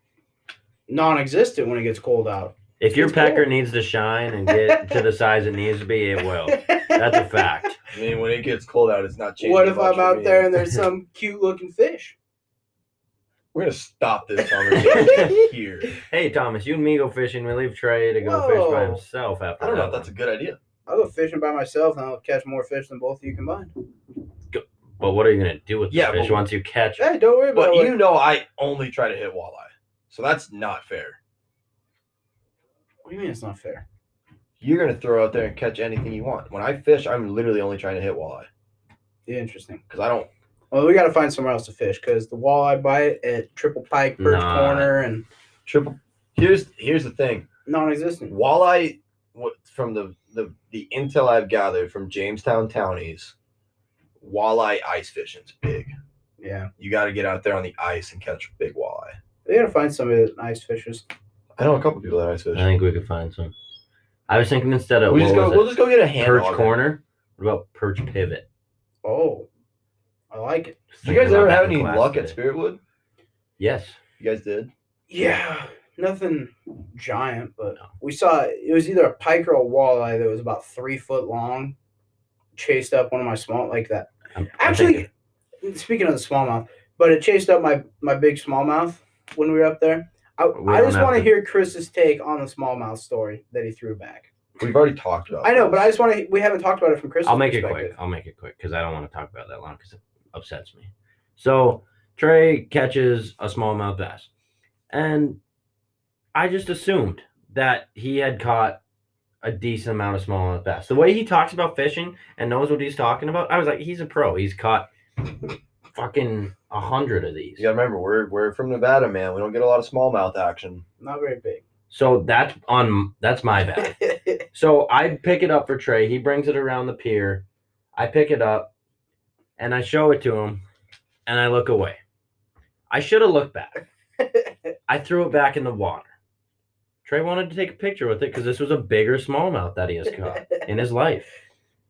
B: non-existent when it gets cold out.
C: If your
B: It's
C: pecker
B: cold.
C: needs to shine and get to the size it needs to be, it will. That's a fact.
A: I mean, when it gets cold out, it's not changing.
B: What if
A: much
B: I'm
A: for
B: out
A: me.
B: there and there's some cute looking fish?
A: We're gonna stop this conversation
B: *laughs*
A: here.
C: Hey, Thomas, you and me go fishing. We leave Trey to go fish by
B: Whoa.
C: himself after
A: I don't know if
C: that
A: that's a good idea.
B: I'll go fishing by myself and I'll catch more fish than both of you combined.
C: one. But what are you gonna do with the
A: Yeah,
C: fish
A: but-
C: once you catch? it?
B: Hey, don't worry about
A: But
B: it.
A: you know, I only try to hit walleye, so that's not fair.
B: What do you mean it's not fair?
A: You're gonna throw out there and catch anything you want. When I fish, I'm literally only trying to hit walleye
B: Yeah, interesting.
A: because I don't.
B: Well, we got to find somewhere else to fish because the walleye bite at Triple Pike, Birch
C: Nah.
B: Corner, and
A: Triple. Here's here's the thing.
B: non-existent.
A: Walleye, what from the the the intel I've gathered from Jamestown townies, walleye ice fishing's big.
B: Yeah,
A: You got to get out there on the ice and catch big walleye.
B: we got to find somebody that ice fishes.
A: I know a couple people that ice
C: I
A: fish.
C: think we could find some. I was thinking instead of
A: We
C: what
A: just go.
C: was
A: We'll
C: it?
A: just go get a hand.
C: perch
A: auger.
C: corner. What about perch pivot?
B: Oh, I like it.
A: Did you guys
C: Thinking about
A: ever
C: that
A: have
C: in
A: any
C: class
A: luck at
C: today.
A: Spiritwood?
C: Yes.
A: You guys did.
B: Yeah, nothing giant, but
C: No.
B: we saw it was either a pike or a walleye that was about three foot long. Chased up one of my small like that.
C: I'm- I'm thinking-
B: Actually, speaking of the smallmouth, but it chased up my my big smallmouth when we were up there. I,
C: We
B: I
C: don't
B: just
C: have
B: want to
C: to-
B: hear Chris's take on the smallmouth story that he threw back.
A: We've already talked about.
B: I know, but I
A: this.
B: just want to. We haven't talked about it from Chris's
C: I'll make it
B: perspective.
C: quick. I'll make it quick because I don't want to talk about that long because it upsets me. So Trey catches a smallmouth bass, and I just assumed that he had caught a decent amount of smallmouth bass. The way he talks about fishing and knows what he's talking about, I was like, he's a pro. He's caught fucking a hundred of these.
A: You gotta remember, we're we're from Nevada, man. We don't get a lot of smallmouth action.
B: Not very big.
C: So that's on that's my bad. So I pick it up for Trey. He brings it around the pier. I pick it up and I show it to him and I look away. I should have looked back. I threw it back in the water. Trey wanted to take a picture with it because this was a bigger smallmouth that he has caught in his life.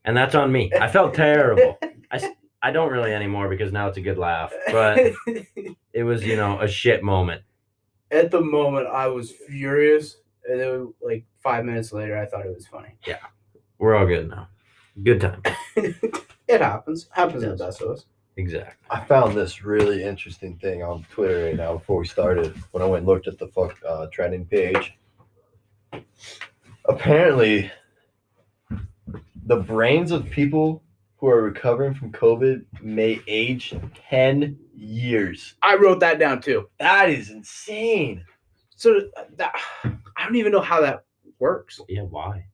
C: And that's on me. I felt terrible. I, s- I don't really anymore because now it's a good laugh, but it was, you know, a shit moment.
B: *laughs* At the moment, I was furious, and then like five minutes later, I thought it was funny.
C: We're all good now. Good time.
B: It happens. Happens to the
C: Yes.
B: best of us.
C: Exactly.
A: I found this really interesting thing on Twitter right now before we started. When I went and looked at the fuck uh, trending page, apparently, the brains of people who are recovering from COVID may age ten years.
B: I wrote that down too.
A: That is insane.
B: So uh, that, I don't even know how that works.
C: Yeah, why?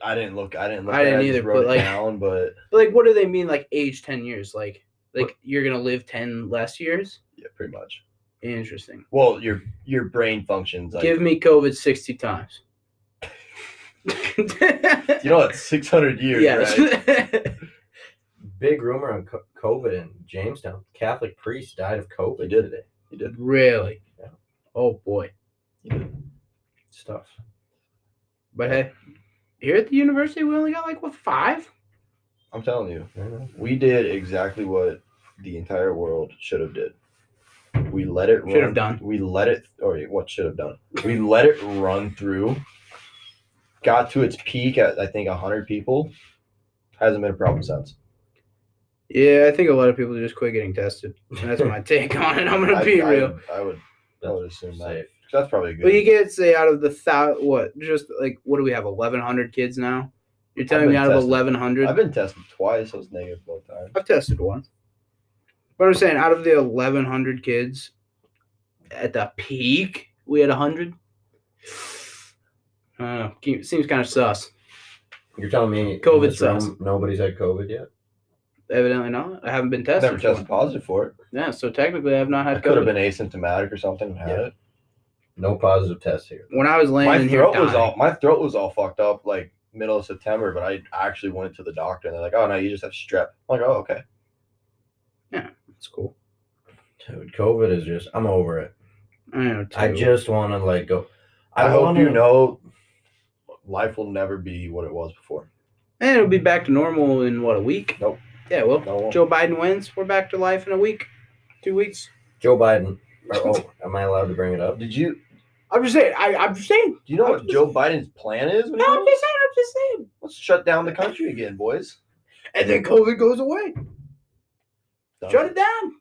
A: I didn't look. I didn't look.
B: I
A: at it,
B: didn't
A: just
B: either,
A: wrote
B: but,
A: it
B: like-
A: down, but
B: But, like, what do they mean? Like age ten years? Like like you're gonna live ten less years?
A: yeah, pretty much.
B: Interesting.
A: Well, your your brain functions. Like,
B: Give me COVID sixty times.
A: you know, it's six hundred *laughs* years.
B: yes.
A: Right?
D: Big rumor on co- COVID in Jamestown. Catholic priest died of COVID
A: He did.
D: today.
A: You did.
B: *laughs* really.
D: Yeah.
B: Oh boy.
A: You did.
D: Stuff.
B: But hey, here at the university, we only got like what five?
A: I'm telling you.
D: I don't know.
A: we did exactly what the entire world should have did. We let it
B: Should
A: run-
B: have done.
A: We let it, or what should have done? We let it run through. Got to its peak at I think hundred people. Hasn't been a problem since.
B: Yeah, I think a lot of people just quit getting tested. And
A: *laughs*
B: that's my take on it. I'm gonna
A: I,
B: *laughs* be
A: I-
B: real.
A: I would. I would assume that.
D: Safe.
A: That's probably a good.
B: Well, you get say out of the thou what? Just like what do we have? Eleven hundred kids now. You're telling me
A: been
B: out of
A: tested.
B: eleven hundred?
A: I've been tested twice. I was negative both times.
B: I've tested once. But I'm saying out of the eleven hundred kids, at the peak we had hundred. I don't know. Ke- Seems kind of sus.
D: You're telling me in
B: COVID
D: this room nobody's had COVID yet?
B: Evidently not. I haven't been tested.
A: Never
B: for it.
A: tested positive for it.
B: Yeah, so technically I've not
A: I
B: had
A: could have
B: COVID.
A: been asymptomatic or something. And had
D: Yeah.
A: it.
D: No positive tests here.
B: When I was laying
A: My
B: in here,
A: throat was
B: dying,
A: all my throat was all fucked up like middle of September, but I actually went to the doctor and they're like, "Oh no, you just have strep." I'm like, "Oh okay."
B: It's cool.
D: Dude, COVID is just. I'm over it.
B: I know.
D: I
B: too.
D: just want to like go.
A: I, hope
D: wanna-
A: you know, life will never be what it was before.
B: And it'll be back to normal in what a week.
A: Nope.
B: Yeah. Well,
A: No one.
B: Joe Biden wins. We're back to life in a week, two weeks.
D: Joe Biden. or- oh, am I allowed to bring it up?
A: Did you?
B: I'm just saying. I, I'm just saying.
A: Do you know
B: I'm
A: what
B: just-
A: Joe Biden's plan is? when he
B: No, I'm
A: wins?
B: just saying. I'm just saying.
A: Let's shut down the country again, boys.
B: And then COVID goes away.
A: Done.
B: Shut it down.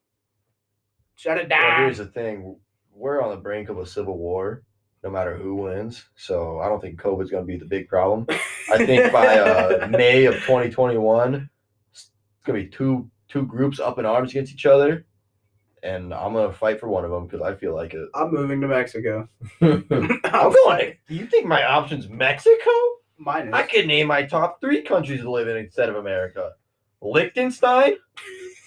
B: Shut it
A: Well,
B: down.
A: here's the thing: we're on the brink of a civil war, no matter who wins. So I don't think COVID's going to be the big problem. I *laughs* think by uh, May of 2021, it's going to be two two groups up in arms against each other, and I'm going to fight for one of them because I feel like it.
B: I'm moving
A: *laughs*
B: to Mexico.
A: I'm going. To, you think my option's Mexico?
B: Mine is.
A: I could name my top three countries to live in instead of America. Liechtenstein,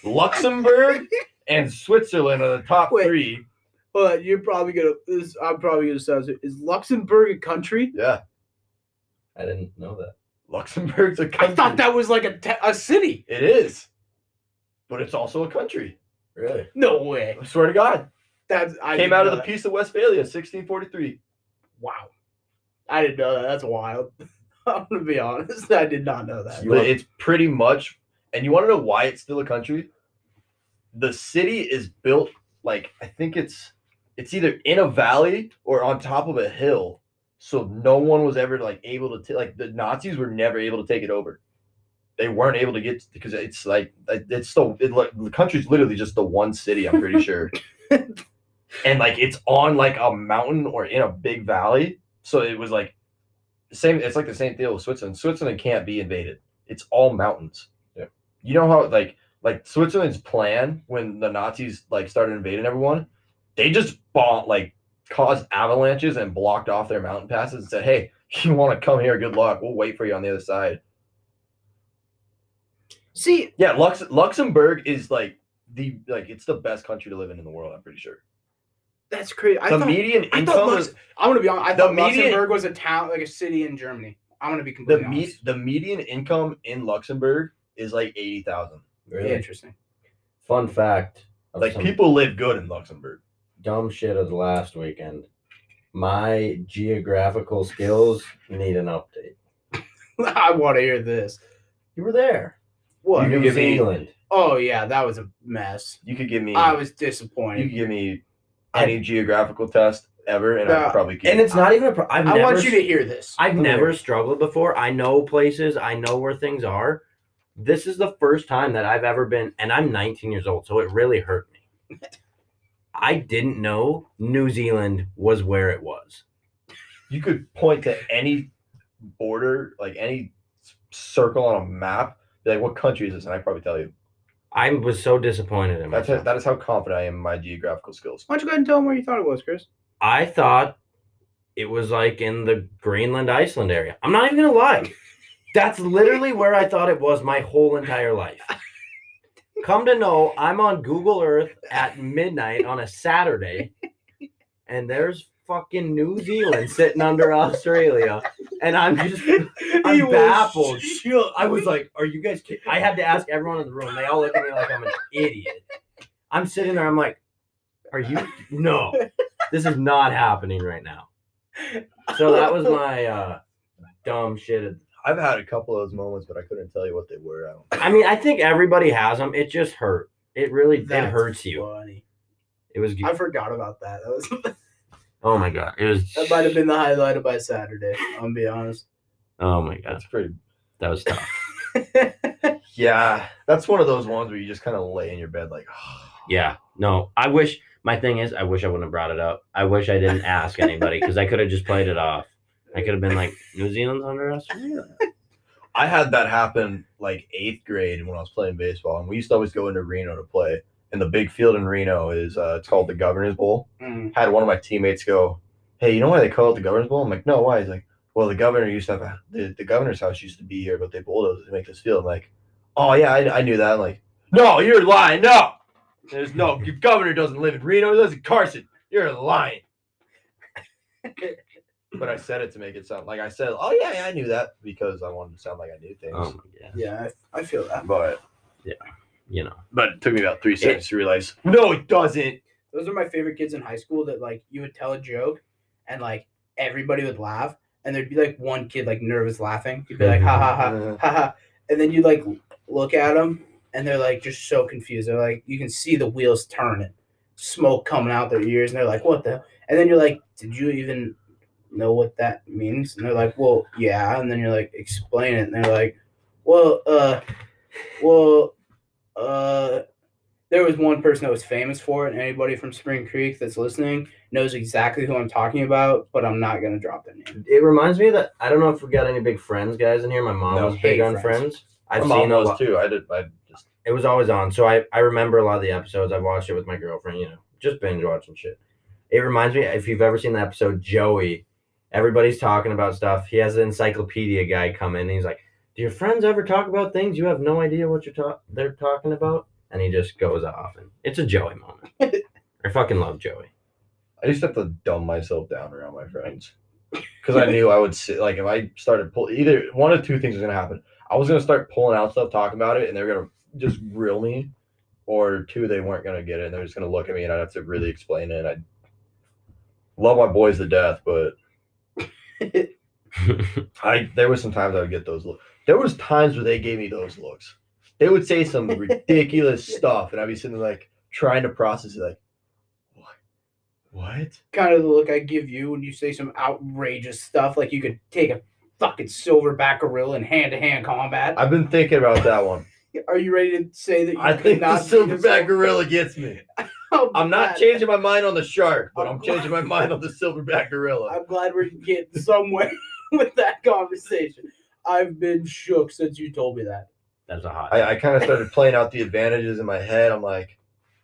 A: Luxembourg, and Switzerland are the top
B: Wait.
A: three.
B: But you're probably gonna. This, I'm probably gonna sound. Is Luxembourg a country?
A: Yeah.
D: I didn't know that.
A: Luxembourg's a country.
B: I thought that was like a, te- a city.
A: it is, but it's also a country.
D: Really?
B: No way.
A: I swear to God,
B: That's
A: came
B: I didn't
A: out
B: know
A: of the
B: that.
A: Peace of Westphalia, 1643.
B: Wow. I didn't know that. That's wild. *laughs* I'm gonna be honest. I did not know that.
A: But it's pretty much, and you want to know why it's still a country? The city is built like I think it's it's either in a valley or on top of a hill, so no one was ever like able to ta- like the Nazis were never able to take it over. They weren't able to get because it's like it's so it, like, the country's literally just the one city. I'm pretty sure. and like it's on like a mountain or in a big valley. So it was like same. It's like the same deal with Switzerland. Switzerland can't be invaded. It's all mountains.
D: Yeah.
A: You know how like like Switzerland's plan when the Nazis like started invading everyone, they just bought like caused avalanches and blocked off their mountain passes and said, "Hey, *laughs* you want to come here? Good luck. We'll wait for you on the other side."
B: See,
A: Yeah, Lux- Luxembourg is like the like it's the best country to live in in the world. I'm pretty sure.
B: that's crazy. I
A: the
B: thought,
A: median
B: I
A: income.
B: thought
A: is-
B: Lux, I'm gonna be honest. I
A: The
B: thought
A: median-
B: Luxembourg was a town, like a city in Germany. I'm gonna be
A: the
B: completely
A: me-
B: honest.
A: the median income in Luxembourg is like eighty thousand.
D: Really?
B: Interesting. *laughs*
D: Fun fact. of
A: Like
D: some
A: people live good in Luxembourg.
D: dumb shit of the last weekend. My geographical skills need an update.
B: I want to hear this.
D: You were there.
B: What?
A: You can
D: New
A: give me-
D: Zealand.
B: oh yeah, that was a mess.
A: You could give me
B: I was
A: you could
B: disappointed.
A: give me any geographical test ever, and I
B: Uh,
A: would probably get
D: And it's not even a pro- I've
B: I
D: never
B: want you
D: s-
B: to hear this.
C: I've
D: Clear.
C: never struggled before. I know places, I know where things are. This is the first time that I've ever been, and I'm 19 years old, so it really hurt me.
B: *laughs*
C: I didn't know New Zealand was where it was.
A: you could point to any border, like any s- circle on a map. Be like, what country is this? And I probably tell you.
C: I was so disappointed in
A: That's
C: myself.
A: it. That is how confident I am in my geographical skills.
B: Why don't you go ahead and tell them where you thought it was,
C: *laughs*
B: Chris?
C: I thought it was like in the Greenland, Iceland area. I'm not even gonna lie. That's literally where I thought it was my whole entire life. Come to know, I'm on Google Earth at midnight on a Saturday, and there's fucking New Zealand sitting under Australia, and I'm just I'm baffled. I was like, "Are you guys?" Kidding? I had to ask everyone in the room. They all look at me like
B: *laughs*
C: I'm an idiot. I'm sitting there. I'm like,
B: *laughs*
C: "Are you? No, this is not happening right now." So that was my uh, dumb shit. of-
A: I've had a couple of those moments, but I couldn't tell you what they were. I don't
C: I mean, I think everybody has them. It just hurt. It really it
B: That's
C: hurts you.
B: Funny.
C: It was.
B: I forgot about that. That was
C: Oh my god. It was.
B: that might
C: *laughs*
B: have been the highlight of my Saturday. I'm be honest.
C: Oh my god.
A: That's pretty.
C: That was tough.
A: *laughs* Yeah, that's one of those ones where you just kind of lay in your bed, like, *sighs*
C: Yeah. No, I wish. My thing is, I wish I wouldn't have brought it up. I wish I didn't ask anybody because I could have just played it off. I could have been like, New Zealand's under us.
A: I had that happen like eighth grade when I was playing baseball, and we used to always go into Reno to play. And the big field in Reno is uh, it's called the Governor's Bowl.
B: Mm.
A: Had one of my teammates go, "Hey, you know why they call it the Governor's Bowl?" I'm like, "No, why?" He's like, "Well, the governor used to have a, the, the governor's house used to be here, but they bulldozed it to make this field." I'm like, Oh yeah, I, I knew that. Like, no, you're lying. No, there's no. Your governor doesn't live in Reno. He lives in Carson. You're lying. but I said it to make it sound like I said. Oh yeah, yeah, I knew that because I wanted to sound like I knew things.
E: Um,
C: Oh my god.
B: Yeah, I, I feel that.
A: but
C: You know.
E: But it took me about three seconds to realize.
A: no, it doesn't.
B: Those are my favorite kids in high school that like you would tell a joke and like everybody would laugh and there'd be like one kid like nervous laughing. You'd be like ha ha ha
A: Uh,
B: ha ha and then you like look at them and they're like just so confused. They're like you can see the wheels turning, smoke coming out their ears and they're like what the and then you're like did you even know what that means? And they're like well yeah and then you're like explain it and they're like well uh well uh there was one person that was famous for it, and anybody from Spring Creek that's listening knows exactly who I'm talking about, but I'm not gonna drop their name.
C: It reminds me that I don't know if we got any big friends guys in here. My mom
A: No.
C: was big
B: Hate
C: on
B: Friends.
C: friends.
A: I've
C: I've
A: my mom
C: seen a
A: knows
C: lot.
A: too. I did. I just
C: It was always on. So I, I remember a lot of the episodes. I've watched it with my girlfriend, you know, just binge watching shit. It reminds me, if you've ever seen the episode Joey, everybody's talking about stuff. He has an encyclopedia guy come in and he's like, Do your friends ever talk about things you have no idea what you're talk- they're talking about? And he just goes off. And it's a Joey moment. I fucking love Joey.
A: I used to have to dumb myself down around my friends because I knew I would sit like if I started pull either one of two things was gonna happen. I was gonna start pulling out stuff, talking about it, and they're gonna just grill me, or two, they weren't gonna get it, and they're just gonna look at me, and I'd have to really explain it. And I love my boys to death, but I there was some times I would get those looks. There was times where they gave me those looks. They would say some ridiculous stuff, and I'd be sitting there like trying to process it, like what, what.
B: Kind of the look I give you when you say some outrageous stuff, like you could take a fucking silverback gorilla in hand-to-hand combat.
A: I've been thinking about that one.
B: Are you ready to say that you
A: I
B: could
A: think the
B: not beat a
A: silverback gorilla gets me.
B: *laughs* Oh,
A: I'm not
B: God.
A: changing my mind on the shark, but
B: *laughs*
A: I'm
B: I'm
A: changing my mind on the silverback gorilla.
B: I'm glad we're getting somewhere *laughs* with that conversation. I've been shook since you told me that.
C: That's a hot.
A: I, I kind of started playing out the advantages in my head. I'm like,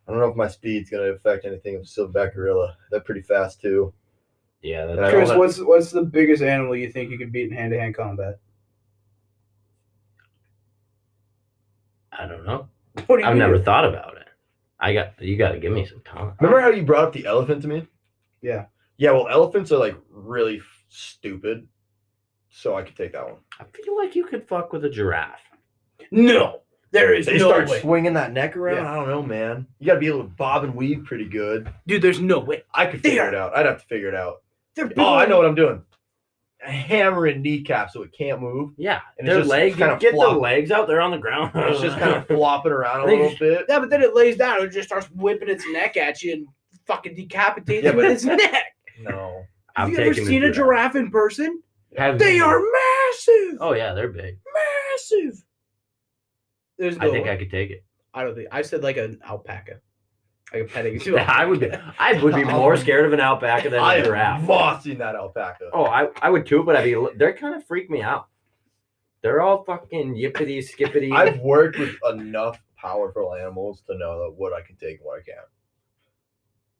A: I don't know if my speed's going to affect anything of silverback gorilla. They're pretty fast too.
C: yeah,
A: I
C: that's
A: don't
B: Chris,
A: know.
B: what's what's the biggest animal you think you could beat in hand-to-hand combat?
C: I don't know.
B: What do you
C: I've
B: mean?
C: never thought about it. I got you got to give me some time.
A: Remember how you brought up the elephant to me?
B: Yeah.
A: Yeah, well, elephants are like really f- stupid. So I could take that one.
C: I feel like you could fuck with a giraffe.
B: No, there is
A: They
B: no
A: start
B: way,
A: swinging that neck around.
B: Yeah.
A: I don't know, man. You got to be able to bob and weave pretty good.
B: dude. There's no way.
A: I could
B: They
A: figure
B: are-
A: it out. I'd have to figure it out.
B: They're
A: Oh, I
B: big.
A: know what I'm doing. Hammering kneecap so it can't move.
C: Yeah,
A: And it's
C: their
A: just
C: legs.
A: kinda
C: you get
A: flop.
C: their legs out. They're on the *laughs* ground.
A: It's just kind of flopping around a
C: They
A: little
C: just-
A: bit.
C: *laughs*
B: Yeah, but then it lays down. It just starts whipping its neck at you and fucking decapitates
A: Yeah,
B: it
A: but-
B: with its neck.
A: No.
B: Have
C: I'm
B: you ever
C: taking the
B: seen a
C: giraffe.
B: giraffe in person?
C: Have
B: They
C: you-
B: are massive,
C: Oh yeah, they're big.
B: massive. There's no.
C: I think
B: way.
C: I could take it.
B: I don't think I said like an alpaca, like a
C: *laughs*
B: petting zoo.
C: I would be. *laughs* I would be more scared of an alpaca *laughs* than
A: I
C: a
A: am
C: giraffe.
A: mossing that alpaca.
C: Oh, I, I would too, but I'd be. They're kind of freak me out. They're all fucking yippity skippity.
A: I've worked with enough powerful animals to know that what I can take and what I can't.
B: *laughs*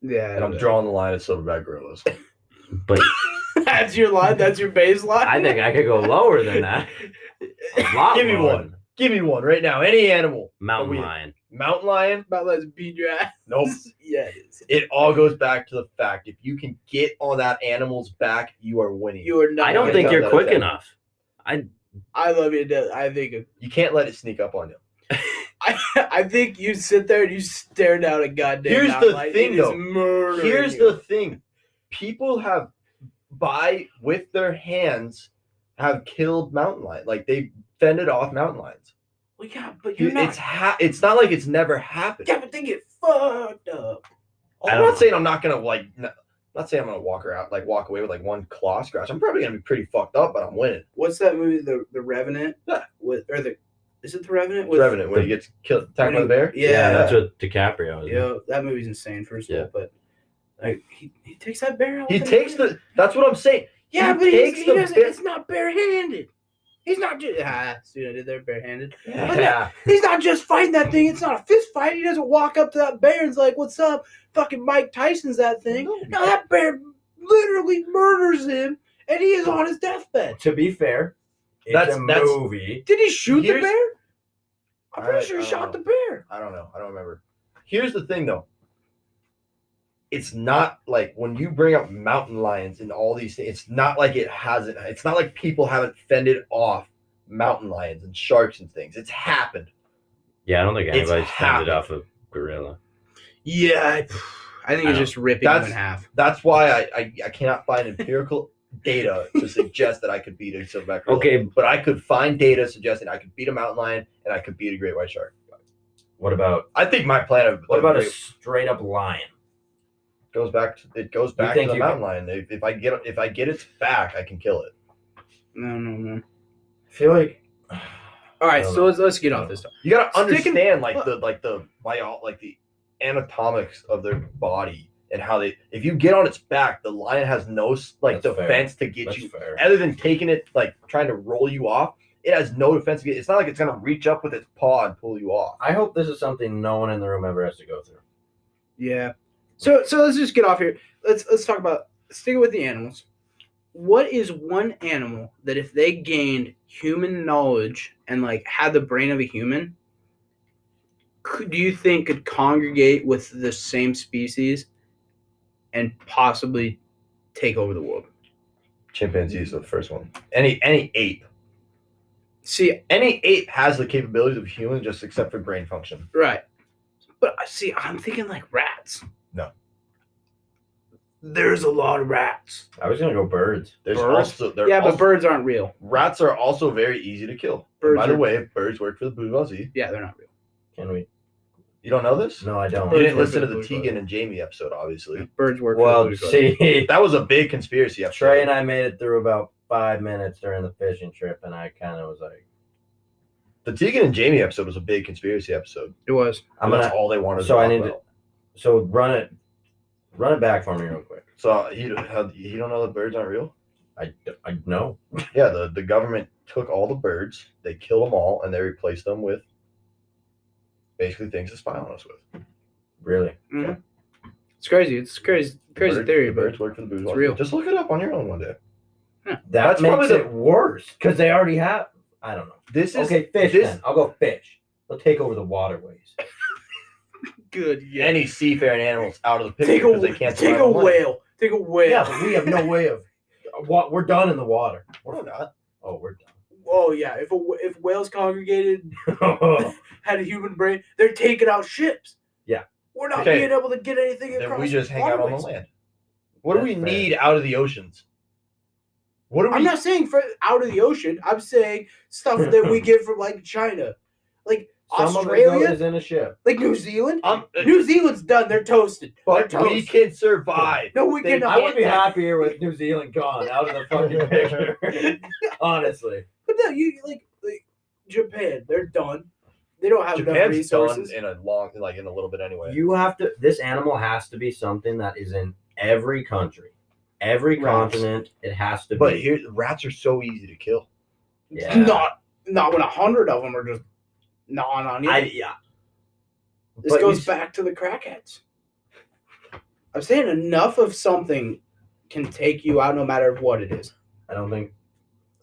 B: yeah,
A: And I'm drawing the line at silverback gorillas. *laughs*
C: But
B: That's your line. That's your baseline.
C: I think I could go lower than *laughs* that. A lot
A: Give me
C: lower.
A: one. Give me one right now. Any animal.
C: Mountain
A: Are we-
C: lion.
A: Mountain lion?
B: *laughs* about let's beat your ass.
C: *laughs*
A: Nope.
B: Yeah.
A: It all goes back to the fact if you can get on that animal's back, you are winning. You,
B: You are not.
C: I don't
A: I
C: think
A: doubt
C: you're
A: that
C: quick
A: it's-
C: enough. I
B: I love you. to death. I think.
A: can't let it sneak up on you.
B: I, *laughs* I think you sit there and you stare down at goddamn.
A: Here's the
B: mountain lion.
A: thing,
B: It is
A: though.
B: murdering
A: Here's
B: you.
A: the thing: people have by with their hands have killed mountain lion. Like they fended off mountain lions.
B: Well, yeah, but you're
A: It's
B: not.
A: ha- It's not like it's never happened.
B: Yeah, but they get fucked up.
A: I'm
C: I
A: not
C: don't-
A: saying I'm not gonna like. n- not saying I'm gonna walk her out like walk away with like one claw scratch. I'm probably gonna be pretty fucked up, but I'm winning.
B: What's that movie? The The Revenant.
A: Yeah.
B: With or the is it The Revenant?
A: With
B: With,
A: Revenant when he gets killed, attacked by the bear.
B: Yeah.
C: that's what DiCaprio is.
B: You know, that movie's insane. First of
C: Yeah.
B: all, but like he, he takes that bear. out
A: He
B: with him.
A: takes the. That's what I'm saying.
B: Yeah,
A: he
B: but he's,
A: takes
B: he
A: the
B: doesn't.
A: bit-
B: It's not barehanded. He's not just. Ah, see what I did
A: *laughs*
B: there, barehanded.
C: Yeah.
B: He's not just fighting that thing. It's not a fist fight. He doesn't walk up to that bear and's like, "What's up?" Fucking Mike Tyson's that
A: *laughs*
B: thing. No, that bear literally murders him, and he is on his deathbed.
C: To be fair, it's
A: That's-
C: a
A: that's-
C: movie.
B: Did he shoot
A: Here's-
B: the bear?
A: I'm
E: All
A: pretty
E: right,
A: sure he
E: I
A: shot the
E: don't
A: bear. I don't know. I don't remember. Here's the thing though. It's not like when you bring up mountain lions and all these things, it's not like it hasn't it's not like people haven't fended off mountain lions and sharks and things. It's happened.
C: Yeah, I don't think
A: It's
C: anybody's fended
A: happened.
C: off a gorilla.
B: Yeah, *sighs* I think
C: I
B: it's
C: don't-
B: just ripping them in
A: that's-
B: half.
A: That's why I I, I cannot find empirical
C: *laughs*
A: data to suggest that I could beat a silverback gorilla.
C: Okay,
A: But I could find data suggesting I could beat a mountain lion and I could beat a great white shark.
C: what about
A: I think my plan of
C: what
A: of
C: about a
A: great-
C: straight up lion?
A: goes back to, it goes back to
C: think
A: the
C: you
A: mountain lion. If, if I get if I get its back, I can kill it.
B: No, no, no.
C: I feel *sighs* like
B: All right,
C: No,
B: so
C: no.
B: let's let's get off this. Topic.
A: You gotta
B: Stick and-
A: understand like the like the bio like the anatomics of their body and how they if you get on its back, the lion has no s- like
C: That's fair.
A: defense to get
C: that's
A: you
C: fair.
A: other than taking it like trying to roll you off. It has no defense. to get- It's not like it's gonna reach up with its paw and pull you off.
C: I hope this is something no one in the room ever has to go through.
B: Yeah. So so let's just get off here. Let's let's talk about sticking with the animals. What is one animal that if they gained human knowledge and like had the brain of a human, could, do you think could congregate with the same species and possibly take over the world?
A: Chimpanzees are the first one. Any any ape,
B: See,
A: any ape has the capabilities of a human, just except for brain function.
B: Right. But I see, I'm thinking like rats.
A: No.
B: There's a lot of rats.
C: I was gonna go birds.
A: There's
B: Birds?
A: also there
B: yeah,
A: also,
B: but birds aren't real.
A: Rats are also very easy to kill.
B: Birds
A: By the
B: are-
A: way, birds work for the bourgeoisie.
B: Yeah, they're not real.
C: Can we?
A: You don't know this?
C: No, I
A: You
C: don't.
B: Birds
A: didn't
B: work
A: listen
B: for
A: to
B: the
A: the
B: bourgeoisie.
A: Tegan and Jamie episode, obviously.
B: Birds work. for
C: *laughs* Well,
B: the bourgeoisie.
C: *laughs*
A: *laughs*
C: see,
A: That was a big conspiracy episode.
C: Trey and I made it through about five minutes during the fishing trip, and I kind of was like,
A: The Tegan and Jamie episode was a big conspiracy episode.
B: it was.
C: "I'm
A: that's
C: gonna."
A: all they wanted.
C: so
A: to
C: I
A: talk
C: need to-
A: about.
C: So run it, run it back for me real quick.
A: So you don't- how- you don't know that birds aren't real?
C: I d- I know.
A: Yeah, the, the government took all the birds, they killed them all, and they replaced them with basically things to spy on us with.
C: Really?
B: It's crazy. It's crazy, crazy
A: Bird-
B: theory,
A: the
B: but
A: birds work for the bourgeoisie.
B: real.
A: Just look it up on your own one day.
C: That
A: That's
C: makes
A: probably the-
C: it worse because they already have. I don't know.
A: This is
C: okay, fish.
A: this-
C: then I'll go fish. They'll take over the waterways.
B: good. Yeah.
A: any seafaring animals out of the picture
B: take
A: because
B: a
A: they can't
B: take
A: survive
B: a
A: on land.
B: whale. Take a whale.
C: *laughs* yeah,
B: *laughs*
C: but we have *laughs* no way of. What we're done in the water.
A: We're
C: We're,
A: not.
C: oh, we're done. *laughs*
B: Oh yeah. If a, wh- if whales congregated
C: oh,
B: had a human brain, they're taking out ships.
C: Yeah.
B: We're not
A: Okay.
B: being able to get anything
A: then
B: across.
A: we just hang out on the
B: waterways.
A: land. What do
C: That's
A: we
C: fair.
A: need out of the oceans? What do we?
B: I'm not saying for out of the ocean. I'm saying stuff that we get from like China, like
C: *laughs* some of it
B: Australia,
C: goes in a ship.
B: like New Zealand.
A: I'm-
B: New Zealand's done. They're toasted. They're
A: um, but we
B: toast.
A: can survive.
B: No, we
A: They-
B: cannot.
C: I would be
B: Yeah.
C: happier with New Zealand gone out of the *laughs* fucking picture. Honestly,
B: But no, you like, like Japan. They're done. They don't have enough
A: Japan's done
B: resources.
A: in a long, like in a little bit anyway.
C: you have to. This animal has to be something that is in every country, every
B: Right.
C: continent. It has to
A: but
C: be.
A: here, rats are so easy to kill.
C: yeah.
B: Not not when a hundred of them are just gnawing on you.
C: I, yeah.
B: this
C: but you
B: goes
C: s-
B: back to the crackheads. I'm saying enough of something can take you out, no matter what it is.
C: I don't think.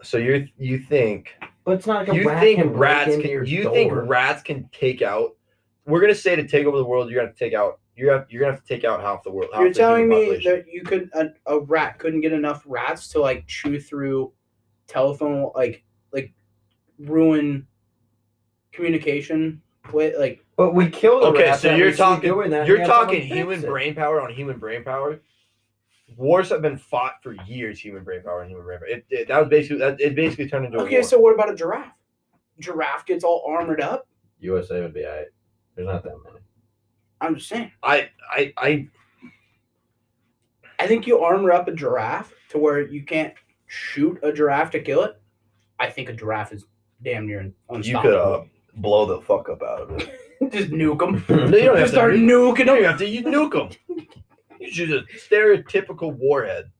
A: So you you think
C: But it's not like a
A: you
C: rat
A: think
C: can break
A: rats
C: into
A: can
C: your
A: you
C: door.
A: think rats can take out? We're gonna say to take over the world, you're gonna have to take out. You have you're gonna have to take out half the world. half
B: You're
A: the human
B: telling me
A: population.
B: that you could a, a rat couldn't get enough rats to like chew through telephone like like ruin communication with like
C: But we killed. the
A: Okay,
C: rats
A: so
C: that
A: you're
C: we see
A: talking-
C: doing that. and we
A: You're
C: have someone
A: talking
C: fix
A: human
C: it.
A: brain power on human brain power. Wars have been fought for years. Human brain power and human brain power. It, it- that was basically that, it. Basically turned into a
B: okay
A: war.
B: so what about a giraffe giraffe gets all armored up
C: USA would be alright. There's not that many.
B: i'm just saying
A: I I I
B: i think you armor up a giraffe to where you can't shoot a giraffe to kill it i think a giraffe is damn near
A: you could
B: unstoppable
A: uh, blow the fuck up out of it.
B: *laughs* just nuke them
C: *clears throat*
A: No, uh, you don't have
B: just
A: to
B: start
A: nuke-
B: nuking
A: No, you
B: 'em.
A: have to you nuke them. You shoot a stereotypical warhead.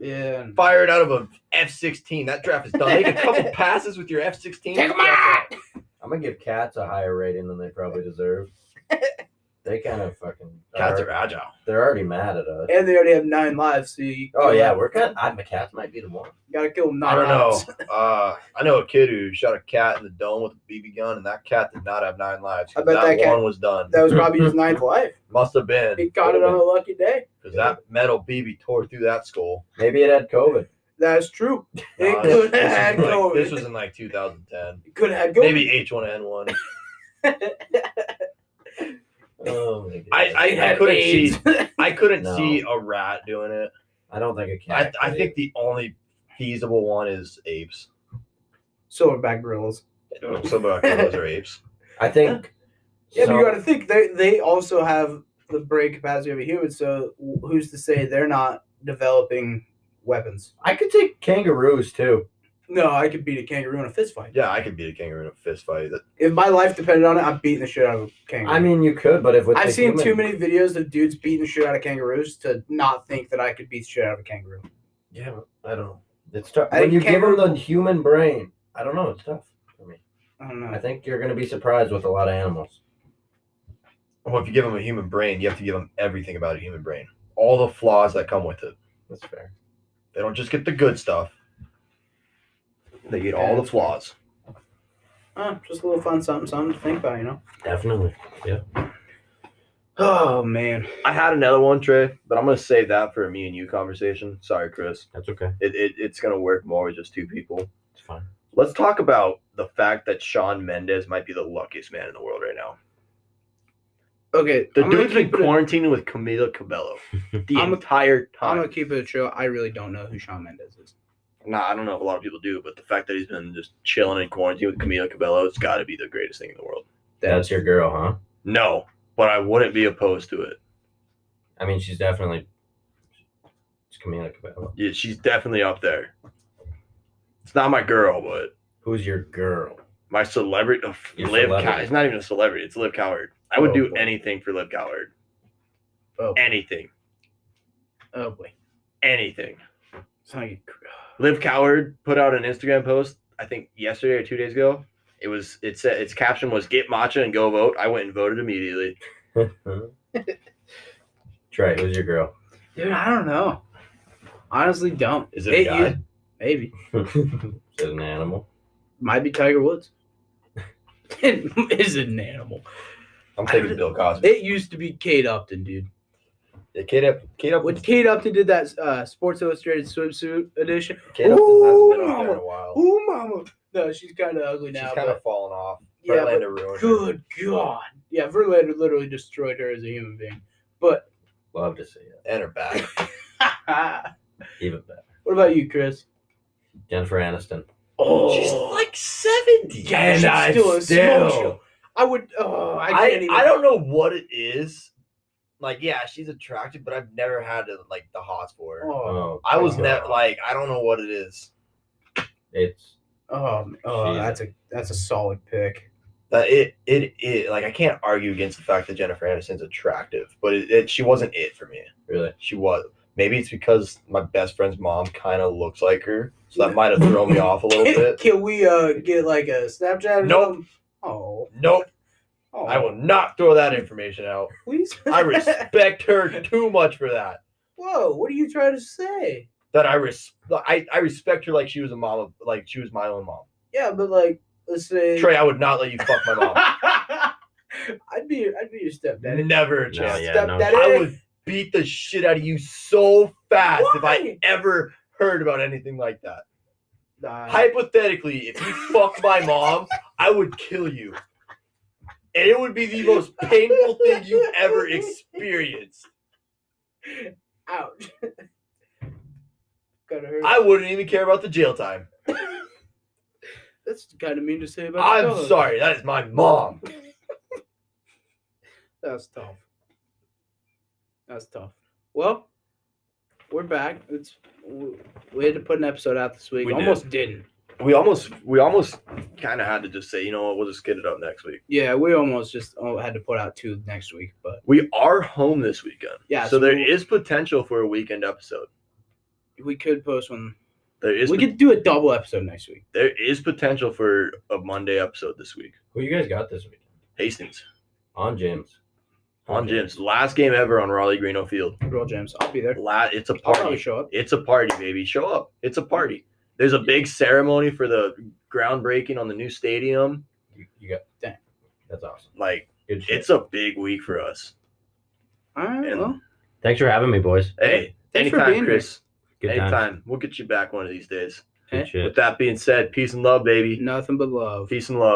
B: yeah
A: Fire it out of a F sixteen. That draft is done. Make
B: *laughs*
A: a couple passes with your F sixteen.
B: take them out
C: *laughs* I'm gonna give cats a higher rating than they probably deserve.
D: they kind of fucking
A: Cats
D: are,
A: are agile.
D: they're already mad at us.
B: And they already have nine lives, so you
D: Oh yeah, we're kind. I, my cats might be the one.
B: you gotta kill them nine
A: I don't
B: lives.
A: know.
B: *laughs*
A: Uh, I know a kid who shot a cat in the dome with a BB gun, and that cat did not have nine lives.
B: I bet
A: that,
B: that cat-
A: one was done.
B: That was
A: *laughs*
B: probably his ninth life.
A: Must have been.
B: He caught it on a lucky day.
A: because that
B: *laughs*
A: metal BB tore through that skull.
D: Maybe it had COVID.
B: That's true. *laughs* It
A: Nah,
B: could
A: this,
B: have had
A: this was like-
B: COVID.
A: this was in like 2010,
B: It could have had COVID.
A: maybe H1N1.
D: Oh my god.
A: *laughs* I I, I
B: had
A: couldn't
B: AIDS.
A: see *laughs* I couldn't
D: No.
A: see a rat doing it.
D: I don't think a
A: I,
D: cat.
A: I
D: could
A: think the only feasible one is *laughs* apes.
B: Silverback gorillas.
A: Some of those are apes.
D: either. I think.
B: Yeah, but
D: so-
B: you gotta think they they also have the brain capacity of a human. So wh- who's to say they're not developing weapons?
D: I could take kangaroos too.
B: No, I could beat a kangaroo in a fist fight.
A: Yeah, I could beat a kangaroo in a fist fight. That-
B: If my life depended on it, I'm beating the shit out of a kangaroo.
D: I mean, you could, but if with
B: I've
D: the
B: seen
D: human-
B: too many videos of dudes beating the shit out of kangaroos to not think that I could beat the shit out of a kangaroo.
D: Yeah, but I don't know. It's tough.
B: I
D: When
B: think
D: you give them
B: kangaroo-
D: the human brain, I don't know. It's tough. I mean,
B: I don't
D: I
B: know.
D: think you're gonna be surprised with a lot of animals.
A: Well, if you give them a human brain, you have to give them everything about a human brain, all the flaws that come with it.
D: That's fair.
A: They don't just get the good stuff. They get all the flaws.
B: Uh, just a little fun something, something to think about, you know.
C: Definitely.
B: Oh man,
A: I had another one, Trey, but I'm gonna save that for a me and you conversation. Sorry, Chris.
C: That's okay.
A: It, it it's gonna work more with just two people.
C: It's fine.
A: Let's talk about the fact that Sean Mendez might be the luckiest man in the world right now.
B: Okay,
A: The
B: I'm gonna
A: dude's been
B: keep it-
A: quarantining with Camila
B: *laughs*
A: Cabello the
B: I'm a-
A: entire
B: I'm
A: time.
B: gonna keep it chill. I really don't know who Shawn Mendes is.
A: nah, I don't know if a lot of people do, but the fact that he's been just chilling in quarantine with Camila Cabello, it's got to be the greatest thing in the world.
D: That's your girl, huh?
A: No, but I wouldn't be opposed to it.
D: I mean, she's definitely. It's Camila Cabello.
A: Yeah, she's definitely up there. It's not my girl, but
D: Who's your *laughs* girl?
A: my celebrity. Uh,
D: Your
A: Liv Cow-
D: celebrity.
A: It's not even a celebrity. It's Liv Coward. I would
B: Oh,
A: do
B: boy.
A: anything for Liv Coward.
B: Oh,
A: Anything.
B: oh boy,
A: Anything.
B: it's not get cr-
A: Liv Coward put out an Instagram post, I think yesterday or two days ago. It was it said its caption was get matcha and go vote. I went and voted immediately.
D: Trey, who's your *laughs* girl?
B: dude. I don't know. Honestly, don't.
A: Is it a guy?
B: you- maybe
D: Is it an animal?
B: might be Tiger Woods. *laughs* it is an animal.
A: I'm
B: I taking
A: Bill Cosby.
B: It used to be Kate Upton, dude.
A: Kate up Kate up
B: When Kate Upton did that uh, Sports Illustrated swimsuit edition,
A: Kate Upton
B: Ooh,
A: hasn't been on there in a while.
B: ooh mama. No, she's kind of ugly
A: Oh. She's
B: now.
A: kind
B: but,
A: of fallen off.
B: yeah, but
A: Verlander ruined her.
B: good god, yeah, Verlander literally destroyed her as a human being. *laughs* But
D: Love to see it.
A: And her back.
B: what
D: Even better.
B: about you, Chris?
D: Jennifer Aniston.
B: Oh,
A: She's like 70.
B: Yeah, she's
A: I
B: still a smoke show. I would. Oh, I
A: I,
B: can't even.
A: I don't know what it is. Like, yeah, she's attractive, but I've never had like the hots for her.
B: Oh,
D: Oh,
A: I was
D: God.
A: never like, I don't know what it is.
D: It's
B: oh, oh,
D: Jeez.
B: that's a that's a solid pick.
A: That it, it it like I can't argue against the fact that Jennifer Aniston's attractive, but it, it she wasn't it for me.
D: really.
A: She was maybe it's because my best friend's mom kind of looks like her, so that might have thrown me off a
B: *laughs*
A: little
B: *laughs* Can,
A: bit.
B: can we uh get like a Snapchat? Or
A: Nope.
B: something? Oh,
A: Nope,
B: oh,
A: I will not throw that information out.
B: Please. *laughs*
A: I respect her too much for that.
B: Whoa, what are you trying to say?
A: that I res- I, I respect her like she was a mom of, like she was my own mom.
B: Yeah, but like, let's say.
A: Trey, I would not let you fuck my mom.
B: I'd be your, I'd be your stepdaddy.
A: Never a
C: No,
A: chance.
C: yeah,
B: Step
C: no.
B: that
A: I
B: is-
A: would beat the shit out of you so fast if I
B: Why?
A: ever heard about anything like that.
B: Nah.
A: Hypothetically, if you fuck my mom, I would kill you. And it would be the most painful thing you ever experienced.
B: Ouch. *laughs* Gotta hurt.
A: I wouldn't even care about the jail time.
B: That's kind of mean to say about. your
A: I'm
B: dog.
A: sorry, that is my mom.
B: That's tough. That's tough. Well, we're back. It's we we had to put an episode out this week.
A: We did.
B: Almost did. not
A: We almost we almost kind of had to just say, you know what, we'll just get it up next week.
B: Yeah, we almost just oh, had to put out two next week, but
A: We are home this weekend.
B: Yeah,
A: So
B: so
A: there
B: we'll-
A: is potential for a weekend episode.
B: we could post one.
A: There is
B: We
A: pot-
B: could do a double episode next week.
A: there is potential for a Monday episode this week.
D: Who you guys got this weekend?
A: Hastings.
D: On James.
A: on Jim's last game ever on Raleigh Greeno Field.
B: Roll James. I'll be there.
A: La- it's a
B: I'll probably
A: party.
B: show up.
A: It's a party, baby. Show up. It's a party. There's a big ceremony for the groundbreaking on the new stadium.
C: You, you got
B: Dang.
C: That's awesome.
A: Like
C: Good shit.
A: it's a big week for us.
B: All right.
A: And-
B: Well,
C: Thanks for having me, boys.
A: Hey,
B: Thanks for being
A: anytime,
B: here.
A: Chris.
C: Good
A: anytime.
C: time.
A: We'll get you back one of these days.
C: Good
B: Eh?
C: shit.
A: With that being said, peace and love, baby.
B: Mm. nothing but love.
A: Peace and love.